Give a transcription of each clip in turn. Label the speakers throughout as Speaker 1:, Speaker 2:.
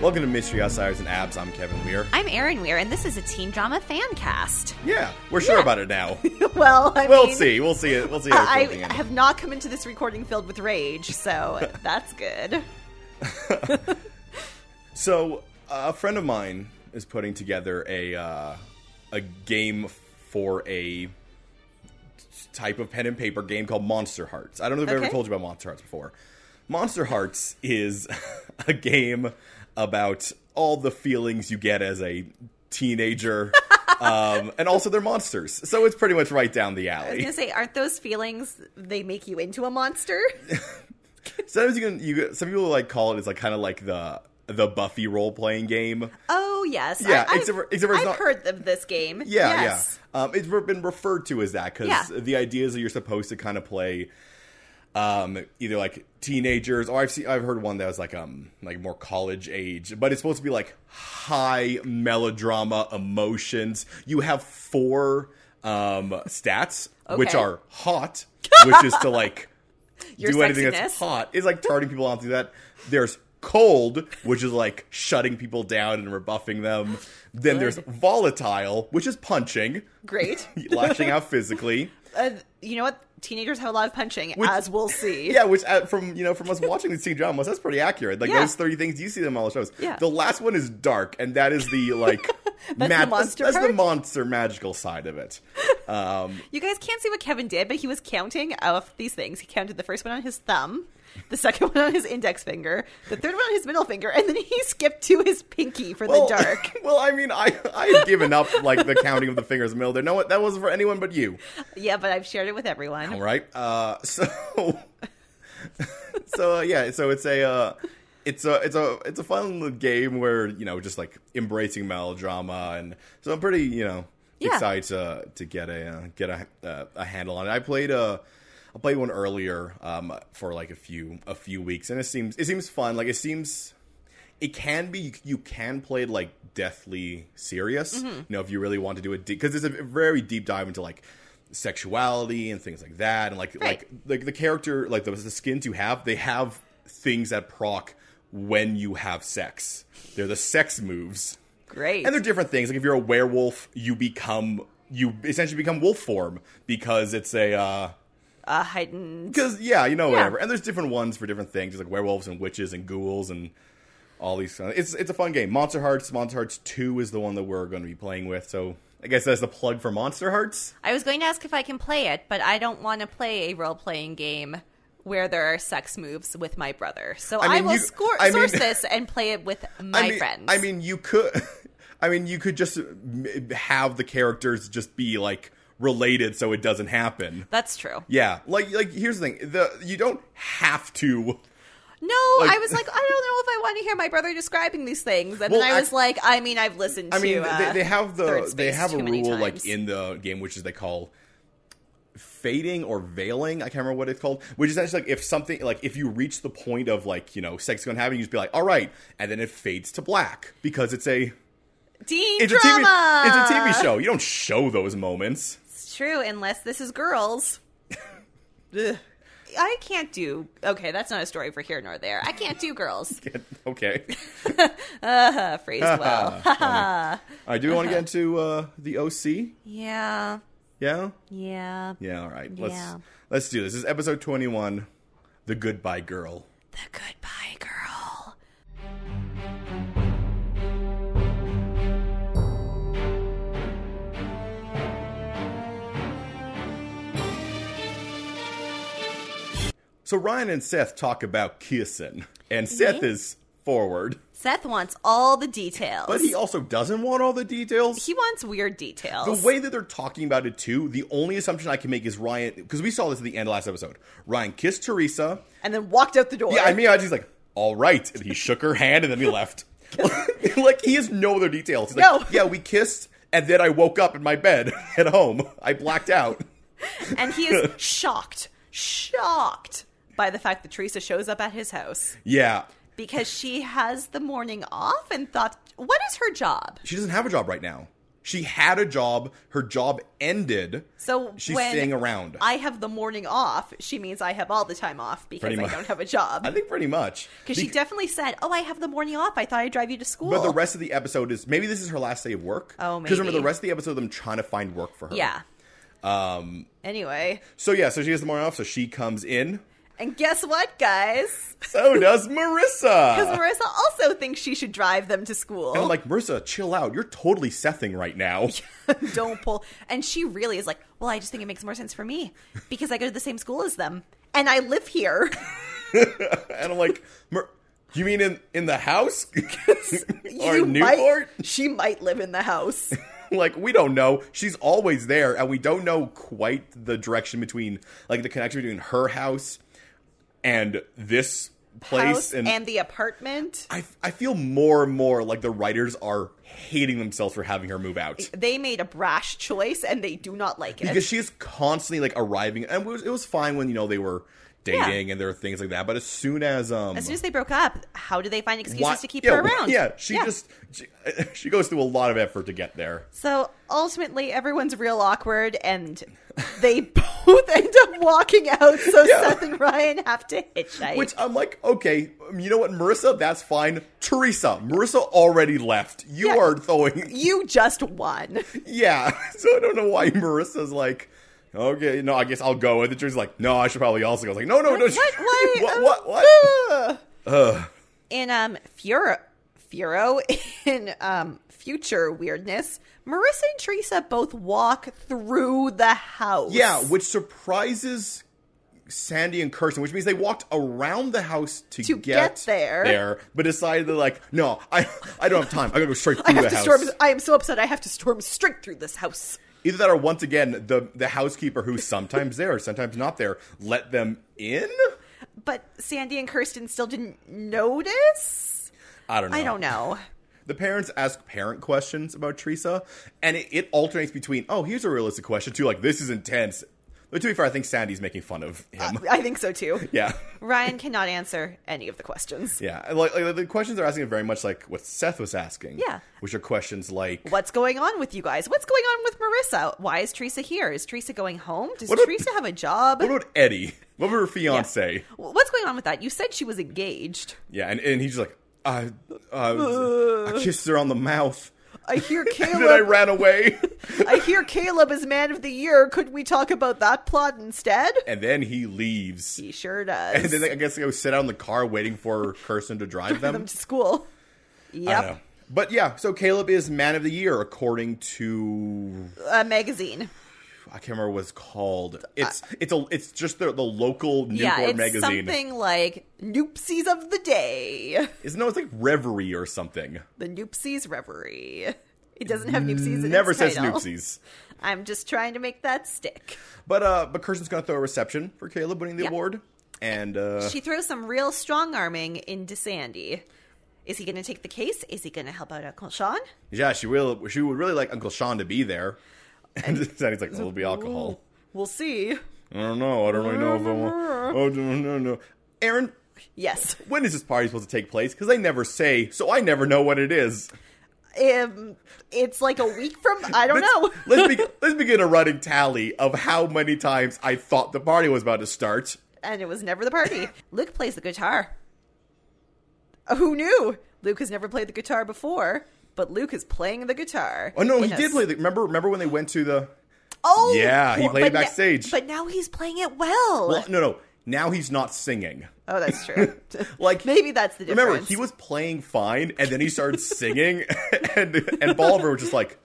Speaker 1: Welcome to Mystery Outsiders and Abs. I'm Kevin Weir.
Speaker 2: I'm Erin Weir, and this is a teen drama fan cast.
Speaker 1: Yeah, we're sure about it now.
Speaker 2: well, I
Speaker 1: we'll
Speaker 2: mean,
Speaker 1: see. We'll see it. We'll see. How it's
Speaker 2: I
Speaker 1: working out.
Speaker 2: have not come into this recording filled with rage, so that's good.
Speaker 1: So, uh, a friend of mine is putting together a uh, a game for a type of pen and paper game called Monster Hearts. I don't know if I've ever
Speaker 2: Okay.
Speaker 1: told you about Monster Hearts before. Monster Hearts is a game about all the feelings you get as a teenager. um, and also they're monsters. So it's pretty much right down the
Speaker 2: I
Speaker 1: alley.
Speaker 2: was gonna say, aren't those feelings they make you into a monster?
Speaker 1: Sometimes you can. You can- some people like call it. It's like kind of like the the Buffy role playing game.
Speaker 2: oh yes,
Speaker 1: Yeah,
Speaker 2: I,
Speaker 1: except
Speaker 2: I've,
Speaker 1: for- except for it's
Speaker 2: I've
Speaker 1: not-
Speaker 2: heard of this game.
Speaker 1: Yeah,
Speaker 2: yes.
Speaker 1: yeah. Um, it's re- been referred to as that because
Speaker 2: Yeah.
Speaker 1: the idea is that you're supposed to kind of play um, either like teenagers or I've seen I've heard one that was like um like more college age, but it's supposed to be like high melodrama emotions. You have four um, stats, which
Speaker 2: Okay.
Speaker 1: are hot, which is to like
Speaker 2: Your
Speaker 1: do anything
Speaker 2: sexiness.
Speaker 1: that's hot is like turning people on through that. There's cold, which is like shutting people down and rebuffing them. Then there's volatile, which is punching,
Speaker 2: Great.
Speaker 1: lashing out physically.
Speaker 2: uh, you know what? Teenagers have a lot of punching,
Speaker 1: Which-
Speaker 2: as we'll see.
Speaker 1: Yeah, which uh, from you know from us watching these teen dramas, that's pretty accurate. Like
Speaker 2: Yeah.
Speaker 1: those three things you see them all the shows.
Speaker 2: Yeah.
Speaker 1: The last one is dark, and that is the like
Speaker 2: the monster
Speaker 1: that's, the
Speaker 2: part?
Speaker 1: monster magical side of it. Um,
Speaker 2: You guys can't see what Kevin did, but he was counting of these things. He counted the first one on his thumb, the second one on his index finger, the third one on his middle finger, and then he skipped to his pinky for the dark.
Speaker 1: well, I mean, I I had given up like the counting of the fingers in the middle there. No, what- that wasn't for anyone but you.
Speaker 2: Yeah, but I've shared it with everyone.
Speaker 1: All right. Uh, so, so uh, yeah. So it's a uh, it's a it's a it's a fun little game where you know just like embracing melodrama, and so I'm pretty you know
Speaker 2: Yeah.
Speaker 1: excited to to get a uh, get a uh, a handle on it. I played a. I played one earlier um, for like a few a few weeks, and it seems it seems fun. Like it seems it can be you can play it like deathly serious you know if you really want to do it because it's a very deep dive into like sexuality and things like that and like
Speaker 2: Right.
Speaker 1: like like the character like the, the skins you have they have things that proc when you have sex they're the sex moves
Speaker 2: Great.
Speaker 1: and they're different things. Like if you're a werewolf, you become you essentially become wolf form because it's a uh
Speaker 2: uh, heightened.
Speaker 1: because yeah, you know whatever. And there's different ones for different things. There's like werewolves and witches and ghouls and all these. Kind of, it's it's a fun game. Monster Hearts. Monster Hearts Two is the one that we're going to be playing with. So I guess that's the plug for Monster Hearts.
Speaker 2: I was going to ask if I can play it, but I don't want to play a role playing game where there are sex moves with my brother. So I,
Speaker 1: I mean,
Speaker 2: will
Speaker 1: you-
Speaker 2: score,
Speaker 1: I mean-
Speaker 2: source this and play it with my
Speaker 1: I mean,
Speaker 2: friends.
Speaker 1: I mean, you could. I mean, you could just m- have the characters just be like related, so it doesn't happen.
Speaker 2: that's true.
Speaker 1: Yeah, like like here's the thing: the you don't have to.
Speaker 2: No,
Speaker 1: Like-
Speaker 2: I was like, I don't know if I want to hear my brother describing these things, and
Speaker 1: Well,
Speaker 2: then I
Speaker 1: I-
Speaker 2: was like, I mean, I've listened.
Speaker 1: I mean,
Speaker 2: to, uh,
Speaker 1: they, they have
Speaker 2: Third
Speaker 1: the
Speaker 2: Space
Speaker 1: they have a
Speaker 2: too many
Speaker 1: rule like
Speaker 2: times.
Speaker 1: in the game, which is they call fading or veiling. I can't remember what it's called. Which is actually like if something like if you reach the point of like you know sex going to happen, you just be like, all right, and then it fades to black because it's a
Speaker 2: teen
Speaker 1: it's
Speaker 2: drama.
Speaker 1: a TV it's a TV show. You don't show those moments.
Speaker 2: It's true, unless this is girls. Ugh. I can't do. Okay, that's not a story for here nor there. I can't do girls.
Speaker 1: okay,
Speaker 2: Uh, phrased well.
Speaker 1: all right. Do we want to get into uh, the OC?
Speaker 2: yeah,
Speaker 1: Yeah,
Speaker 2: yeah.
Speaker 1: yeah. All right, let's
Speaker 2: Yeah.
Speaker 1: let's do this. This is episode twenty one, the Goodbye Girl.
Speaker 2: The goodbye girl.
Speaker 1: So Ryan and Seth talk about kissing, and Seth is forward,
Speaker 2: Seth wants all the details.
Speaker 1: but he also doesn't want all the details.
Speaker 2: He wants weird details.
Speaker 1: the way that they're talking about it too, the only assumption I can make is Ryan, because we saw this at the end of last episode. Ryan kissed Teresa.
Speaker 2: and then walked out the door.
Speaker 1: Yeah, I mean, I just like, all right, and he shook her hand and then he left. like he has no other details. He's
Speaker 2: No.
Speaker 1: like, yeah, we kissed, and then I woke up in my bed at home. I blacked out.
Speaker 2: and he is shocked, shocked by the fact that Teresa shows up at his house
Speaker 1: Yeah,
Speaker 2: because she has the morning off and thought, what is her job?
Speaker 1: she doesn't have a job right now. She had a job. Her job ended.
Speaker 2: So
Speaker 1: She's
Speaker 2: when
Speaker 1: staying around.
Speaker 2: I have the morning off, she means I have all the time off because
Speaker 1: Pretty
Speaker 2: I
Speaker 1: much.
Speaker 2: don't have a job.
Speaker 1: I think pretty much
Speaker 2: Because she
Speaker 1: Bec-
Speaker 2: definitely said, "Oh, I have the morning off. I thought I'd drive you to school."
Speaker 1: But the rest of the episode is maybe this is her last day of work.
Speaker 2: Oh,
Speaker 1: remember
Speaker 2: maybe.
Speaker 1: the rest of the episode, them trying to find work for her.
Speaker 2: yeah. Um. Anyway,
Speaker 1: So yeah, so she has the morning off. So she comes in.
Speaker 2: and guess what, guys?
Speaker 1: So does
Speaker 2: Because
Speaker 1: Marissa.
Speaker 2: Marissa also thinks she should drive them to school.
Speaker 1: And I'm like, Marissa, chill out. You're totally Sething right now.
Speaker 2: don't pull. And she really is like, well, I just think it makes more sense for me because I go to the same school as them and I live here.
Speaker 1: and I'm like, Mar- you mean in in the house or
Speaker 2: You
Speaker 1: in
Speaker 2: might-
Speaker 1: Newport?
Speaker 2: she might live in the house.
Speaker 1: like we don't know. She's always there, and we don't know quite the direction between like the connection between her house and this place
Speaker 2: house and, the apartment.
Speaker 1: I, I feel more and more like the writers are hating themselves for having her move out
Speaker 2: They made a brash choice and they do not like it.
Speaker 1: because she is constantly like arriving and it was, it was fine when you know they were dating
Speaker 2: Yeah.
Speaker 1: and there were things like that but as soon as um
Speaker 2: as soon as they broke up, how do they find excuses
Speaker 1: why-
Speaker 2: to keep
Speaker 1: yeah,
Speaker 2: her around?
Speaker 1: yeah she just she, she goes through a lot of effort to get there
Speaker 2: So ultimately, everyone's real awkward, and they both end up walking out. So
Speaker 1: Yeah.
Speaker 2: Seth and Ryan have to hitchhike.
Speaker 1: which I'm like, okay, um, you know what, Marissa, that's fine. Teresa, Marissa already left. You
Speaker 2: Yeah.
Speaker 1: are throwing,
Speaker 2: you just won.
Speaker 1: yeah. So I don't know why Marissa's like, okay, no, I guess I'll go. And the Teresa's like, no, I should probably also go. I was like, no, no, no,
Speaker 2: What? What? Why?
Speaker 1: what,
Speaker 2: Um,
Speaker 1: what, what?
Speaker 2: in um Furo Furo in um future weirdness, Marissa and Teresa both walk through the house.
Speaker 1: Yeah, which surprises Sandy and Kirsten, which means they walked around the house to,
Speaker 2: To
Speaker 1: get,
Speaker 2: get there.
Speaker 1: there, but decided they're like, no, I, I don't have time. I'm gonna go straight
Speaker 2: I
Speaker 1: through
Speaker 2: have
Speaker 1: the
Speaker 2: to
Speaker 1: house.
Speaker 2: storm I am so upset I have to storm straight through this house.
Speaker 1: Either that, or once again, the the housekeeper who's sometimes there, sometimes not there, let them in.
Speaker 2: But Sandy and Kirsten still didn't notice?
Speaker 1: I don't know.
Speaker 2: I don't know.
Speaker 1: The parents ask parent questions about Teresa, and it, it alternates between, oh, here's a realistic question, to like, this is intense. But to be fair, I think Sandy's making fun of him.
Speaker 2: I think so too.
Speaker 1: yeah.
Speaker 2: Ryan cannot answer any of the questions.
Speaker 1: Yeah. And, Like, like the questions they're asking are very much like what Seth was asking.
Speaker 2: Yeah.
Speaker 1: Which are questions like,
Speaker 2: What's going on with you guys? What's going on with Marissa? Why is Teresa here? Is Teresa going home? Does
Speaker 1: What about-
Speaker 2: Teresa have a job?
Speaker 1: what about Eddie? What about her fiance? Yeah.
Speaker 2: What's going on with that? You said she was engaged.
Speaker 1: and, and he's just like, I, uh, I kissed her on the mouth,
Speaker 2: I hear
Speaker 1: and then I
Speaker 2: Caleb.
Speaker 1: ran away.
Speaker 2: I, hear Caleb is man of the year. Could we talk about that plot instead?
Speaker 1: and then he leaves.
Speaker 2: He sure
Speaker 1: And
Speaker 2: does.
Speaker 1: then I guess they go sit out in the car waiting for Kirsten to drive them.
Speaker 2: them to school.
Speaker 1: I don't know.
Speaker 2: Yep,
Speaker 1: But yeah, so Caleb is man of the year according to
Speaker 2: a magazine.
Speaker 1: I can't remember what it's called. It's it's a it's just the the local Newport
Speaker 2: yeah, it's
Speaker 1: magazine.
Speaker 2: something like Noopsies of the Day,
Speaker 1: It's no, it's like Reverie or something.
Speaker 2: the Noopsies Reverie. It doesn't have Noopsies. In
Speaker 1: Never
Speaker 2: its
Speaker 1: says
Speaker 2: title.
Speaker 1: noopsies.
Speaker 2: I'm just trying to make that stick.
Speaker 1: But uh but Kirsten's gonna throw a reception for Caleb winning the
Speaker 2: Yeah.
Speaker 1: award. And uh
Speaker 2: She throws some real strong arming into Sandy. Is he going to take the case? Is he going to help out Uncle Sean?
Speaker 1: yeah, she will she would really like Uncle Sean to be there. And Sandy's like, "Oh, It'll be alcohol.
Speaker 2: We'll see.
Speaker 1: I don't know. I don't really know if I want Oh no no no. Aaron,
Speaker 2: Yes.
Speaker 1: when is this party supposed to take place? Because they never say, so I never know what it is.
Speaker 2: um, it's like a week from I don't know.
Speaker 1: let's, let's, be, let's begin a running tally of how many times I thought the party was about to start.
Speaker 2: and it was never the party. Luke plays the guitar. Oh, Who knew? Luke has never played the guitar before, but Luke is playing the guitar.
Speaker 1: Oh no,
Speaker 2: in
Speaker 1: he
Speaker 2: a
Speaker 1: did
Speaker 2: s-
Speaker 1: play. The, remember, remember when they went to the?
Speaker 2: Oh,
Speaker 1: Yeah, he
Speaker 2: poor-
Speaker 1: played it
Speaker 2: but na-
Speaker 1: backstage.
Speaker 2: but now he's playing it well.
Speaker 1: Well, no, no. Now he's not singing.
Speaker 2: oh, that's true.
Speaker 1: Like
Speaker 2: Maybe that's the difference.
Speaker 1: remember he was playing fine, and then he started singing, and and Bolivar was just like,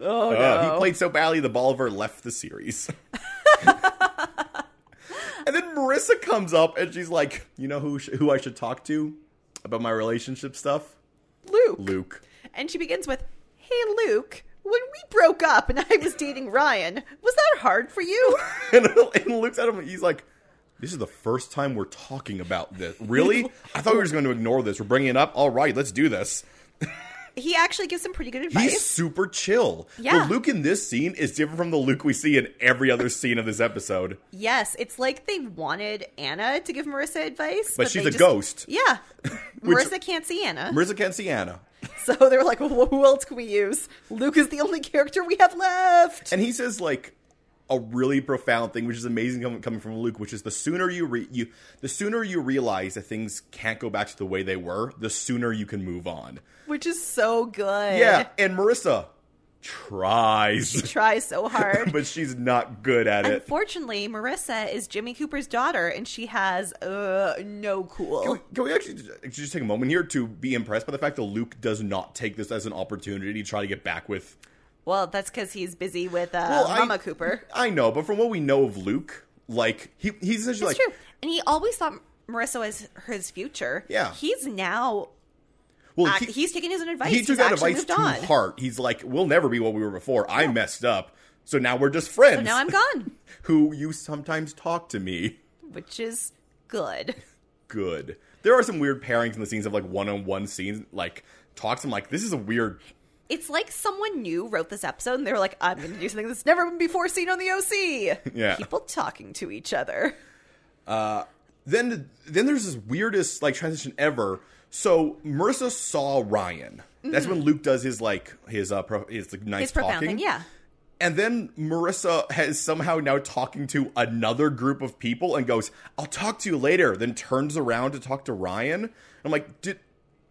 Speaker 2: Oh
Speaker 1: uh,
Speaker 2: no.
Speaker 1: he played so badly the Bolivar left the series. and then Marissa comes up and she's like, you know who sh- who I should talk to about my relationship stuff?
Speaker 2: Luke.
Speaker 1: Luke.
Speaker 2: and she begins with, "Hey, Luke." When we broke up and I was dating Ryan, was that hard for you?
Speaker 1: and, and looks at him. and He's like, "This is the first time we're talking about this. Really? I thought we were just going to ignore this. We're bringing it up. All right, let's do this."
Speaker 2: He actually gives some pretty good advice.
Speaker 1: He's super chill.
Speaker 2: Yeah.
Speaker 1: The Luke in this scene is different from the Luke we see in every other scene of this episode.
Speaker 2: Yes, it's like they wanted Anna to give Marissa advice,
Speaker 1: But she's
Speaker 2: they
Speaker 1: a ghost.
Speaker 2: Yeah,
Speaker 1: Which-
Speaker 2: Marissa can't see Anna,
Speaker 1: Marissa can't see Anna.
Speaker 2: So they were like, well, who else can we use? Luke is the only character we have left.
Speaker 1: And he says like a really profound thing, which is amazing com- coming from Luke, which is the sooner you re- you the sooner you realize that things can't go back to the way they were, the sooner you can move on.
Speaker 2: Which is so good.
Speaker 1: Yeah, and Marissa tries,
Speaker 2: Tries so hard.
Speaker 1: but she's not good at it.
Speaker 2: Unfortunately, Marissa is Jimmy Cooper's daughter, and she has uh, no
Speaker 1: Can
Speaker 2: cool.
Speaker 1: we, can we actually j- just take a moment here to be impressed by the fact that Luke does not take this as an opportunity to try to get back with
Speaker 2: Well, that's because he's busy with uh,
Speaker 1: Well, I-
Speaker 2: Mama Cooper.
Speaker 1: I know, but from what we know of Luke, like he he's essentially
Speaker 2: It's
Speaker 1: like
Speaker 2: true. And he always thought Marissa was his future.
Speaker 1: Yeah.
Speaker 2: He's now,
Speaker 1: well,
Speaker 2: uh,
Speaker 1: he,
Speaker 2: he's taking his own advice.
Speaker 1: he
Speaker 2: he's
Speaker 1: took that
Speaker 2: actually
Speaker 1: advice
Speaker 2: moved
Speaker 1: to
Speaker 2: on.
Speaker 1: heart. He's like, we'll never be what we were before. I messed up, so now we're just friends.
Speaker 2: So now I'm gone,
Speaker 1: who you sometimes talk to me.
Speaker 2: which is good.
Speaker 1: Good. There are some weird pairings in the scenes of like one-on-one scenes, like talks. I'm like, this is a weird.
Speaker 2: It's like someone new wrote this episode and they were like, I'm going to do something that's never been before seen on the OC.
Speaker 1: Yeah.
Speaker 2: People talking to each other.
Speaker 1: Then then there's this weirdest like transition ever. So Marissa saw Ryan. That's when Luke does his like his uh pro- his like nice
Speaker 2: It's profound
Speaker 1: talking.
Speaker 2: thing, yeah.
Speaker 1: And then Marissa has somehow now talking to another group of people and goes, "I'll talk to you later." Then turns around to talk to Ryan. I'm like, did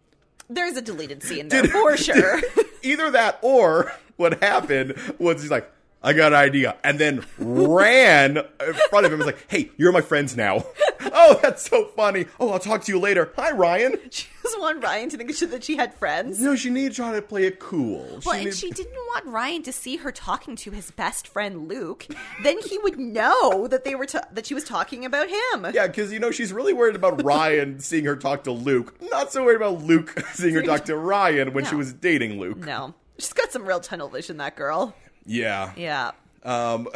Speaker 2: There's a deleted scene there for sure.
Speaker 1: either that or what happened was he's like, I got an idea, and then ran in front of him. and Was like, "Hey, you're my friends now." oh, that's so funny. Oh, I'll talk to you later. Hi, Ryan.
Speaker 2: she just wanted Ryan to think she- that she had friends.
Speaker 1: No, she needed to try to play it cool.
Speaker 2: Well, and
Speaker 1: needed-
Speaker 2: she didn't want Ryan to see her talking to his best friend Luke. then he would know that they were ta- that she was talking about him.
Speaker 1: yeah, because you know she's really worried about Ryan seeing her talk to Luke. Not so worried about Luke seeing her talk to Ryan when she
Speaker 2: No.
Speaker 1: was dating Luke.
Speaker 2: No, she's got some real tunnel vision. That girl.
Speaker 1: Yeah.
Speaker 2: Yeah.
Speaker 1: Um,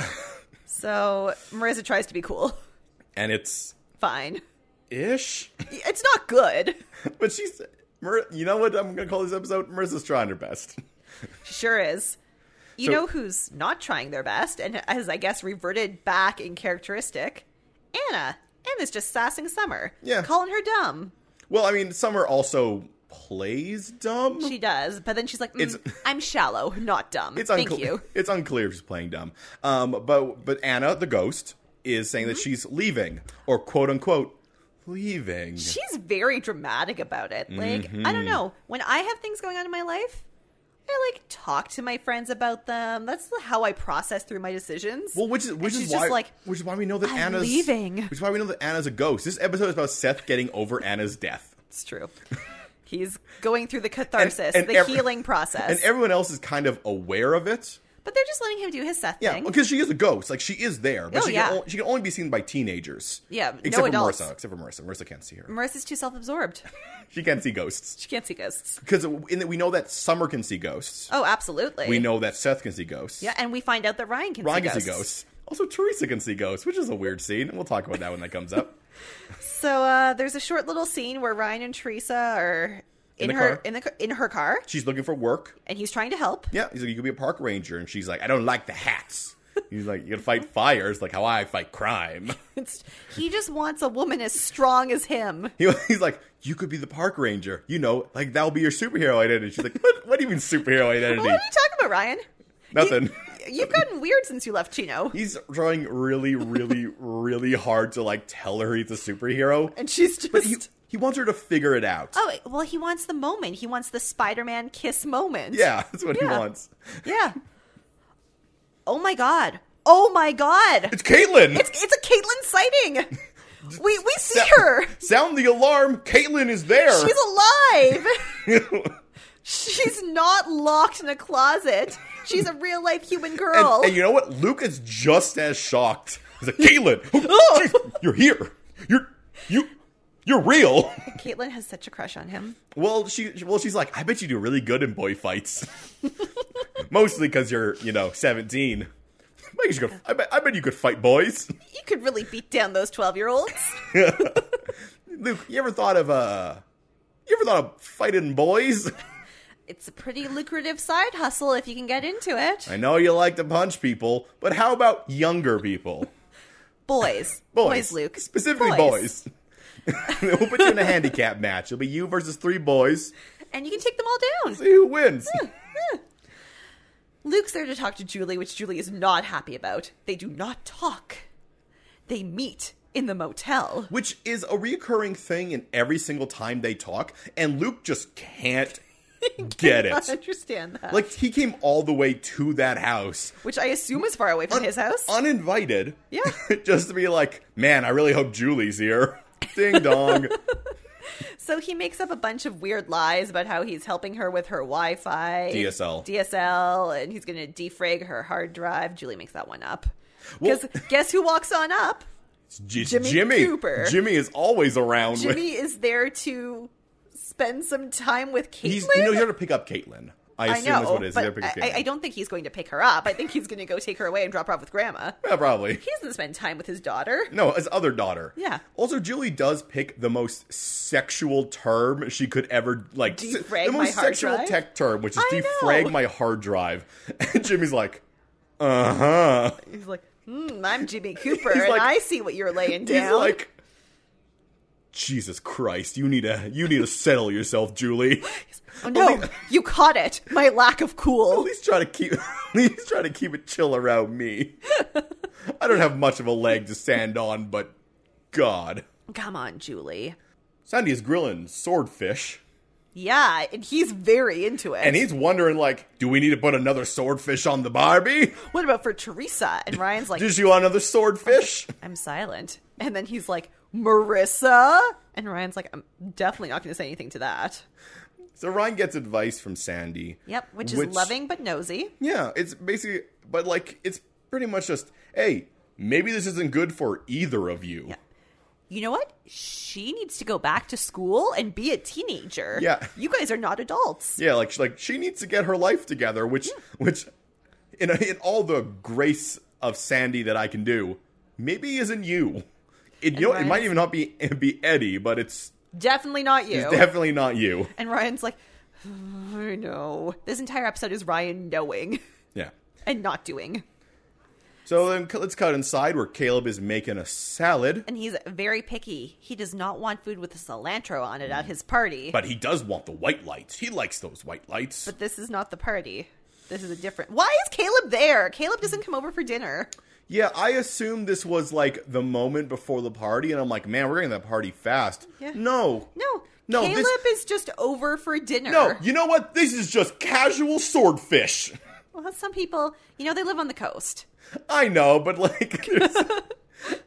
Speaker 2: So Marissa tries to be cool.
Speaker 1: and it's
Speaker 2: Fine.
Speaker 1: ish,
Speaker 2: It's not good.
Speaker 1: but she's. Mar- you know what I'm gonna call this episode? Marissa's trying her best.
Speaker 2: She sure is. You
Speaker 1: So-
Speaker 2: know who's not trying their best and has, I guess, reverted back in characteristic? Anna. Anna's just sassing Summer.
Speaker 1: Yeah.
Speaker 2: Calling her dumb.
Speaker 1: Well, I mean, Summer also plays dumb.
Speaker 2: She does, but then she's like, mm,
Speaker 1: It's-
Speaker 2: "I'm shallow, not dumb."
Speaker 1: it's
Speaker 2: Thank
Speaker 1: unclear.
Speaker 2: you.
Speaker 1: It's unclear if she's playing dumb. Um, but but Anna, the ghost, is saying
Speaker 2: Mm-hmm.
Speaker 1: that she's leaving, or quote unquote leaving.
Speaker 2: She's very dramatic about it. Like, I
Speaker 1: Mm-hmm.
Speaker 2: don't know. When I have things going on in my life, I like talk to my friends about them. That's how I process through my decisions.
Speaker 1: well, which is which
Speaker 2: she's
Speaker 1: is
Speaker 2: just
Speaker 1: why
Speaker 2: like,
Speaker 1: which is why we know that
Speaker 2: "I'm
Speaker 1: Anna's
Speaker 2: leaving."
Speaker 1: Which is why we know that Anna's a ghost. This episode is about Seth getting over Anna's death.
Speaker 2: it's true. He's going through the catharsis,
Speaker 1: and
Speaker 2: the
Speaker 1: every-
Speaker 2: healing process,
Speaker 1: And everyone else is kind of aware of it.
Speaker 2: but they're just letting him do his Seth
Speaker 1: Yeah,
Speaker 2: thing.
Speaker 1: because she is a ghost. Like she is there, but
Speaker 2: Oh,
Speaker 1: she,
Speaker 2: yeah.
Speaker 1: can o- she can only be seen by teenagers.
Speaker 2: Yeah, no
Speaker 1: except for
Speaker 2: adults.
Speaker 1: Marissa. Except for Marissa. Marissa can't see her.
Speaker 2: Marissa's too self-absorbed.
Speaker 1: She can't see ghosts.
Speaker 2: She can't see ghosts.
Speaker 1: because in that we know that Summer can see ghosts.
Speaker 2: Oh, absolutely.
Speaker 1: We know that Seth can see ghosts.
Speaker 2: Yeah, and we find out that Ryan can
Speaker 1: Ryan
Speaker 2: see
Speaker 1: can see ghosts. Also, Teresa can see ghosts, which is a weird scene, and we'll talk about that when that comes up.
Speaker 2: So uh, there's a short little scene where Ryan and Teresa are in,
Speaker 1: In the
Speaker 2: her
Speaker 1: car.
Speaker 2: in the ca- in her car,
Speaker 1: She's looking for work.
Speaker 2: and he's trying to help.
Speaker 1: Yeah, he's like, you could be a park ranger, and she's like, I don't like the hats. He's like, you gotta fight fires, like how I fight crime.
Speaker 2: It's, he just wants a woman as strong as him.
Speaker 1: He- he's like, you could be the park ranger, you know, like that'll be your superhero identity. She's like, what? What do you mean superhero
Speaker 2: What
Speaker 1: identity?
Speaker 2: are you talking about, Ryan?
Speaker 1: Nothing.
Speaker 2: You, have gotten weird since you left Chino,
Speaker 1: He's trying really, really, really hard to like tell her he's a superhero,
Speaker 2: and she's
Speaker 1: but
Speaker 2: just.
Speaker 1: he he wants her to figure it out.
Speaker 2: Oh well, he wants the moment. He wants the Spider-Man kiss moment.
Speaker 1: Yeah, that's what he
Speaker 2: Yeah.
Speaker 1: wants.
Speaker 2: yeah. Oh my god! Oh my god!
Speaker 1: It's Caitlin.
Speaker 2: It's, it's a Caitlyn sighting. We we see her.
Speaker 1: Sound the alarm. Caitlin is there.
Speaker 2: She's alive. She's not locked in a closet. She's a real life human
Speaker 1: and,
Speaker 2: girl.
Speaker 1: and you know what? Luke is just as shocked. He's like, Caitlin, oh, geez, you're here. You're you you're real.
Speaker 2: Caitlin has such a crush on him.
Speaker 1: Well, she well she's like, I bet you do really good in boy fights. Mostly because you're you know seventeen. I bet, you could, I, bet, I bet you could fight boys.
Speaker 2: You could really beat down those 12 year olds.
Speaker 1: Luke, you ever thought of uh, you ever thought of fighting boys?
Speaker 2: It's a pretty lucrative side hustle if you can get into it.
Speaker 1: I know you like to punch people, but how about younger people?
Speaker 2: Boys.
Speaker 1: Boys.
Speaker 2: Luke.
Speaker 1: Specifically boys. we'll put you in a handicap match. It'll be you versus three boys.
Speaker 2: and you can take them all down.
Speaker 1: See who wins.
Speaker 2: Luke's there to talk to Julie, which Julie is not happy about. They do not talk. They meet in the motel.
Speaker 1: Which is a reoccurring thing in every single time they talk, and Luke just can't get
Speaker 2: I
Speaker 1: it.
Speaker 2: understand that.
Speaker 1: Like he came all the way to that house
Speaker 2: which I assume is far away from his house.
Speaker 1: uninvited.
Speaker 2: Yeah.
Speaker 1: just to be like, man, I really hope Julie's here. Ding dong.
Speaker 2: so he makes up a bunch of weird lies about how he's helping her with her Wi Fi,
Speaker 1: DSL.
Speaker 2: DSL, and he's going to defrag her hard drive. Julie makes that one up.
Speaker 1: Well-
Speaker 2: Because guess who walks on up?
Speaker 1: J-
Speaker 2: Jimmy
Speaker 1: Jimmy.
Speaker 2: Cooper.
Speaker 1: Jimmy is always around. with,
Speaker 2: Jimmy is there to spend some time with Caitlin.
Speaker 1: he's you know he's here to pick up Caitlin. I
Speaker 2: I
Speaker 1: assume
Speaker 2: know,
Speaker 1: that's what it is. He's
Speaker 2: but
Speaker 1: there to pick up
Speaker 2: I,
Speaker 1: Caitlin.
Speaker 2: I don't think he's going to pick her up. I think he's going to go take her away and drop her off with grandma.
Speaker 1: yeah, probably.
Speaker 2: He doesn't spend time with his daughter.
Speaker 1: No, his other daughter.
Speaker 2: Yeah.
Speaker 1: Also, Julie does pick the most sexual term she could ever like. se-
Speaker 2: Defrag
Speaker 1: the
Speaker 2: my
Speaker 1: most
Speaker 2: hard
Speaker 1: sexual
Speaker 2: drive?
Speaker 1: tech term, which is
Speaker 2: I know.
Speaker 1: defrag my hard drive. And Jimmy's like, uh huh.
Speaker 2: He's like, hmm, I'm Jimmy Cooper,
Speaker 1: He's
Speaker 2: and
Speaker 1: like-
Speaker 2: I see what you're laying
Speaker 1: He's
Speaker 2: down.
Speaker 1: like, Jesus Christ, you need to you need to settle yourself, Julie.
Speaker 2: oh, no, you caught it. My lack of
Speaker 1: At
Speaker 2: cool.
Speaker 1: least try to keep at least try to keep it chill around me. I don't have much of a leg to stand on, but God,
Speaker 2: Come on, Julie.
Speaker 1: Sandy is grilling swordfish.
Speaker 2: Yeah, and he's very into it.
Speaker 1: And he's wondering, like, do we need to put another swordfish on the Barbie?
Speaker 2: what about for Teresa? And Ryan's like,
Speaker 1: Just you want another swordfish?
Speaker 2: I'm silent. And then he's like, Marissa? And Ryan's like, I'm definitely not going to say anything to that.
Speaker 1: So Ryan gets advice from Sandy.
Speaker 2: Yep, which is loving but nosy.
Speaker 1: Yeah, it's basically, but like, it's pretty much just, hey, maybe this isn't good for either of you. Yeah.
Speaker 2: You know what? She needs to go back to school and be a teenager.
Speaker 1: Yeah.
Speaker 2: You guys are not adults.
Speaker 1: like, she, like she needs to get her life together, which, which, in, in all the grace of Sandy that I can do, maybe isn't you. It, you know, it
Speaker 2: Ryan's-
Speaker 1: might even not be be Eddie, but it's,
Speaker 2: Definitely not you.
Speaker 1: it's definitely not you.
Speaker 2: and Ryan's like, I know. This entire episode is Ryan knowing
Speaker 1: Yeah.
Speaker 2: and not doing.
Speaker 1: So then c- let's cut inside where Caleb is making a salad,
Speaker 2: And he's very picky. He does not want food with cilantro on it at his party.
Speaker 1: Mm. but he does want the white lights. He likes those white lights.
Speaker 2: But this is not the party. This is a different. Why is Caleb there? Caleb doesn't come over for dinner.
Speaker 1: yeah, I assume this was like the moment before the party, and I'm like, man, we're getting that party fast.
Speaker 2: Yeah.
Speaker 1: No.
Speaker 2: No.
Speaker 1: No,
Speaker 2: Caleb
Speaker 1: this-
Speaker 2: is just over for dinner.
Speaker 1: No, you know what? This is just casual swordfish.
Speaker 2: Well, some people, you know, they live on the coast.
Speaker 1: I know, but like, there's-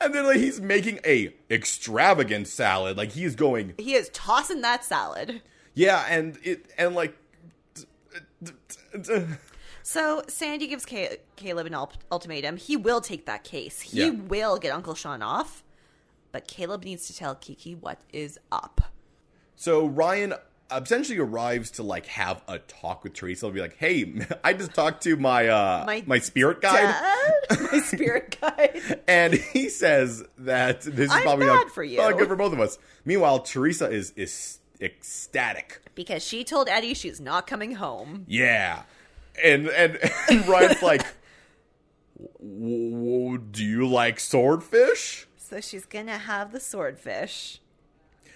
Speaker 1: and then like he's making a extravagant salad. Like he's going,
Speaker 2: He is tossing that salad.
Speaker 1: yeah, and it and like,
Speaker 2: So Sandy gives Ca- Caleb an ul- ultimatum. He will take that case. He
Speaker 1: Yeah.
Speaker 2: will get Uncle Sean off. But Caleb needs to tell Kiki what is up.
Speaker 1: So Ryan essentially arrives to like have a talk with Teresa. He'll be like, "Hey, I just talked to my uh my,
Speaker 2: My
Speaker 1: spirit guide,
Speaker 2: Dad? my spirit guide.
Speaker 1: and he says that this is
Speaker 2: I'm
Speaker 1: probably
Speaker 2: bad
Speaker 1: not
Speaker 2: for you.
Speaker 1: not good for both of us." Meanwhile, Teresa is is ecstatic.
Speaker 2: Because she told Eddie she's not coming home.
Speaker 1: Yeah, and and, and Ryan's like, w- w- "Do you like swordfish?"
Speaker 2: So she's going to have the swordfish.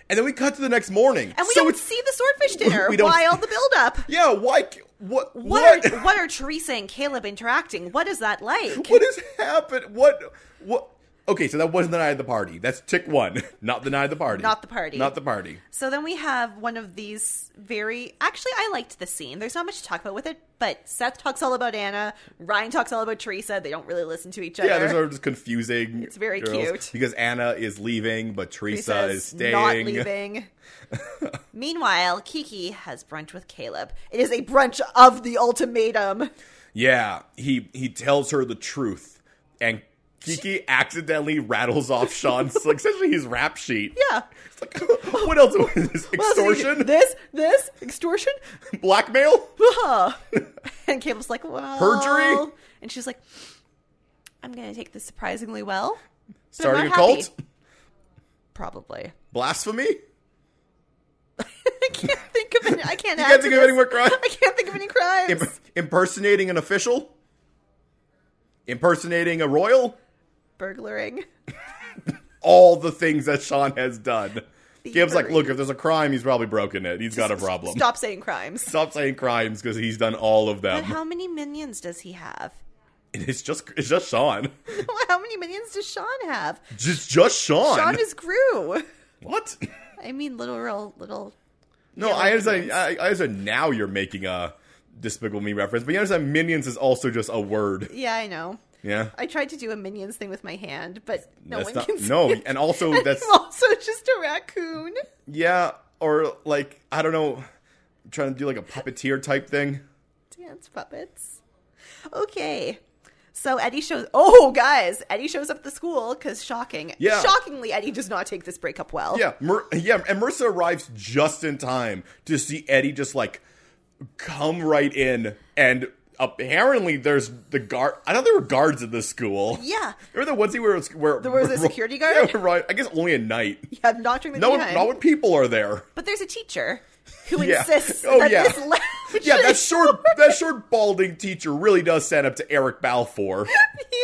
Speaker 1: And then we cut to the next morning,
Speaker 2: And we
Speaker 1: so
Speaker 2: don't
Speaker 1: it's
Speaker 2: see the swordfish dinner.
Speaker 1: we don't-
Speaker 2: Why all the buildup?
Speaker 1: yeah, why? c- What
Speaker 2: What,
Speaker 1: what
Speaker 2: Are, what are Teresa and Caleb interacting? What is that like?
Speaker 1: What has happened? What? What? Okay, so that wasn't the night of the party. That's tick one, not the night of the party.
Speaker 2: Not the party.
Speaker 1: Not the party.
Speaker 2: So then we have one of these very. Actually, I liked the scene. There's not much to talk about with it, but Seth talks all about Anna. Ryan talks all about Teresa. They don't really listen to each other.
Speaker 1: Yeah, they're sort of just confusing.
Speaker 2: It's very cute.
Speaker 1: because Anna is leaving, but Teresa,
Speaker 2: Teresa's
Speaker 1: is staying.
Speaker 2: Not leaving. Meanwhile, Kiki has brunch with Caleb. It is a brunch of the ultimatum.
Speaker 1: Yeah, he he tells her the truth, and Kiki accidentally rattles off Sean's like essentially his rap sheet.
Speaker 2: Yeah.
Speaker 1: It's like what else? was this?
Speaker 2: What else is he-
Speaker 1: Extortion,
Speaker 2: This, this, extortion?
Speaker 1: blackmail.
Speaker 2: Huh. and Caleb's like, well.
Speaker 1: Perjury?
Speaker 2: And she's like, I'm going to take this surprisingly well. but I'm
Speaker 1: Starting a
Speaker 2: not happy."
Speaker 1: cult,
Speaker 2: Probably.
Speaker 1: blasphemy.
Speaker 2: I can't think of any. I can't.
Speaker 1: You
Speaker 2: add
Speaker 1: can't
Speaker 2: to
Speaker 1: think of
Speaker 2: this.
Speaker 1: any more crime.
Speaker 2: I can't think of any crimes.
Speaker 1: Im- impersonating an official, impersonating a royal,
Speaker 2: Burglaring.
Speaker 1: all the things that Sean has done.
Speaker 2: thievery.
Speaker 1: Gibbs like, look, if there's a crime, he's probably broken it. He's got a problem.
Speaker 2: Stop saying crimes.
Speaker 1: Stop saying crimes because he's done all of
Speaker 2: But
Speaker 1: them.
Speaker 2: how many minions does he have?
Speaker 1: it's just it's just Sean.
Speaker 2: how many minions does Sean have?
Speaker 1: Just just Sean.
Speaker 2: Sean is Gru.
Speaker 1: what?
Speaker 2: I mean, little, little.
Speaker 1: No,
Speaker 2: Yeah,
Speaker 1: I understand.
Speaker 2: minions.
Speaker 1: I, I understand. Now you're making a Despicable Me reference, but you understand minions is also just a word.
Speaker 2: Yeah, I know.
Speaker 1: Yeah.
Speaker 2: I tried to do a minions thing with my hand, but no
Speaker 1: that's
Speaker 2: one
Speaker 1: not,
Speaker 2: can. see
Speaker 1: no,
Speaker 2: it.
Speaker 1: and also that's
Speaker 2: I'm also just a raccoon.
Speaker 1: yeah, or like I don't know, trying to do like a puppeteer type thing.
Speaker 2: Dance puppets. Okay. So Eddie shows. Oh, guys, Eddie shows up at the school because shocking.
Speaker 1: Yeah.
Speaker 2: Shockingly, Eddie does not take this breakup well.
Speaker 1: Yeah, Mer- yeah, and Marissa arrives just in time to see Eddie just like come right in, and apparently there's the guard. I know there were guards at the school.
Speaker 2: Yeah.
Speaker 1: remember the onesie where it's- where there
Speaker 2: was a security guard?
Speaker 1: Yeah, right. I guess only at night.
Speaker 2: Yeah, not during the
Speaker 1: No,
Speaker 2: daytime.
Speaker 1: when, not when people are there.
Speaker 2: But there's a teacher who
Speaker 1: Yeah.
Speaker 2: insists
Speaker 1: Oh,
Speaker 2: that
Speaker 1: yeah.
Speaker 2: this lounge
Speaker 1: Yeah, that
Speaker 2: is-
Speaker 1: short, that short balding teacher really does stand up to Eric Balfour,
Speaker 2: he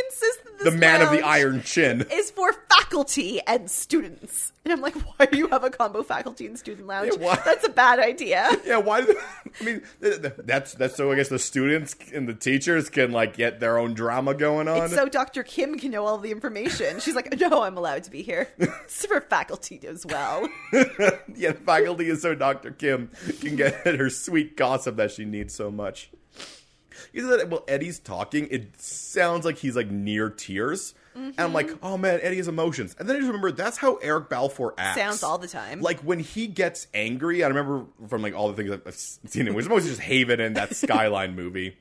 Speaker 2: insists that
Speaker 1: the
Speaker 2: this
Speaker 1: man of the
Speaker 2: lounge
Speaker 1: iron chin.
Speaker 2: is for faculty and students. And I'm like, why do you have a combo faculty and student lounge?
Speaker 1: Yeah, why-
Speaker 2: That's a bad idea.
Speaker 1: Yeah, why? Did, I mean, th- th- that's that's so. I guess the students and the teachers can like get their own drama going on.
Speaker 2: It's so Dr. Kim can know all the information. She's like, no, I'm allowed to be here. It's for faculty as well.
Speaker 1: yeah, the faculty is so Dr. Kim can get her sweet gossip that she needs so much. You know that well, Eddie's talking. It sounds like he's like near tears, and I'm like,
Speaker 2: Mm-hmm.
Speaker 1: oh man, Eddie has emotions. And then I just remember that's how Eric Balfour acts.
Speaker 2: Sounds all the time.
Speaker 1: Like when he gets angry, I remember from like all the things I've- I've seen him, which is mostly just Haven and that Skyline movie.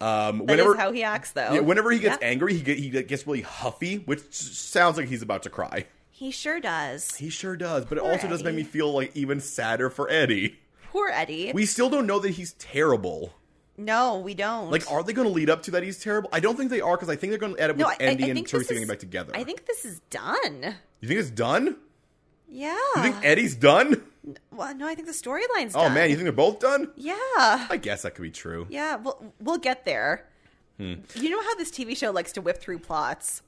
Speaker 1: Um,
Speaker 2: That is
Speaker 1: whenever
Speaker 2: how he acts, though.
Speaker 1: yeah, whenever he gets
Speaker 2: Oh, Yeah.
Speaker 1: angry, he get, he gets really huffy, which s- sounds like he's about to cry.
Speaker 2: He sure does.
Speaker 1: He sure does, but it also does make me
Speaker 2: Eddie.
Speaker 1: feel like even sadder for Eddie.
Speaker 2: Poor Eddie.
Speaker 1: We still don't know that he's terrible.
Speaker 2: no, we don't.
Speaker 1: Like, are they going to lead up to that he's terrible? I don't think they are because I think they're going to end up
Speaker 2: no,
Speaker 1: with
Speaker 2: I- I-
Speaker 1: Andy
Speaker 2: I
Speaker 1: and
Speaker 2: think
Speaker 1: Teresa
Speaker 2: this
Speaker 1: getting
Speaker 2: is-
Speaker 1: back together.
Speaker 2: I think this is done.
Speaker 1: you think it's done?
Speaker 2: Yeah.
Speaker 1: You think Eddie's done?
Speaker 2: well, no, I think the storyline's
Speaker 1: Oh
Speaker 2: Uh, done.
Speaker 1: man, you think they're both done?
Speaker 2: Yeah.
Speaker 1: I guess that could be true.
Speaker 2: Yeah, we'll, we'll get there.
Speaker 1: Hmm.
Speaker 2: You know how this TV show likes to whip through plots?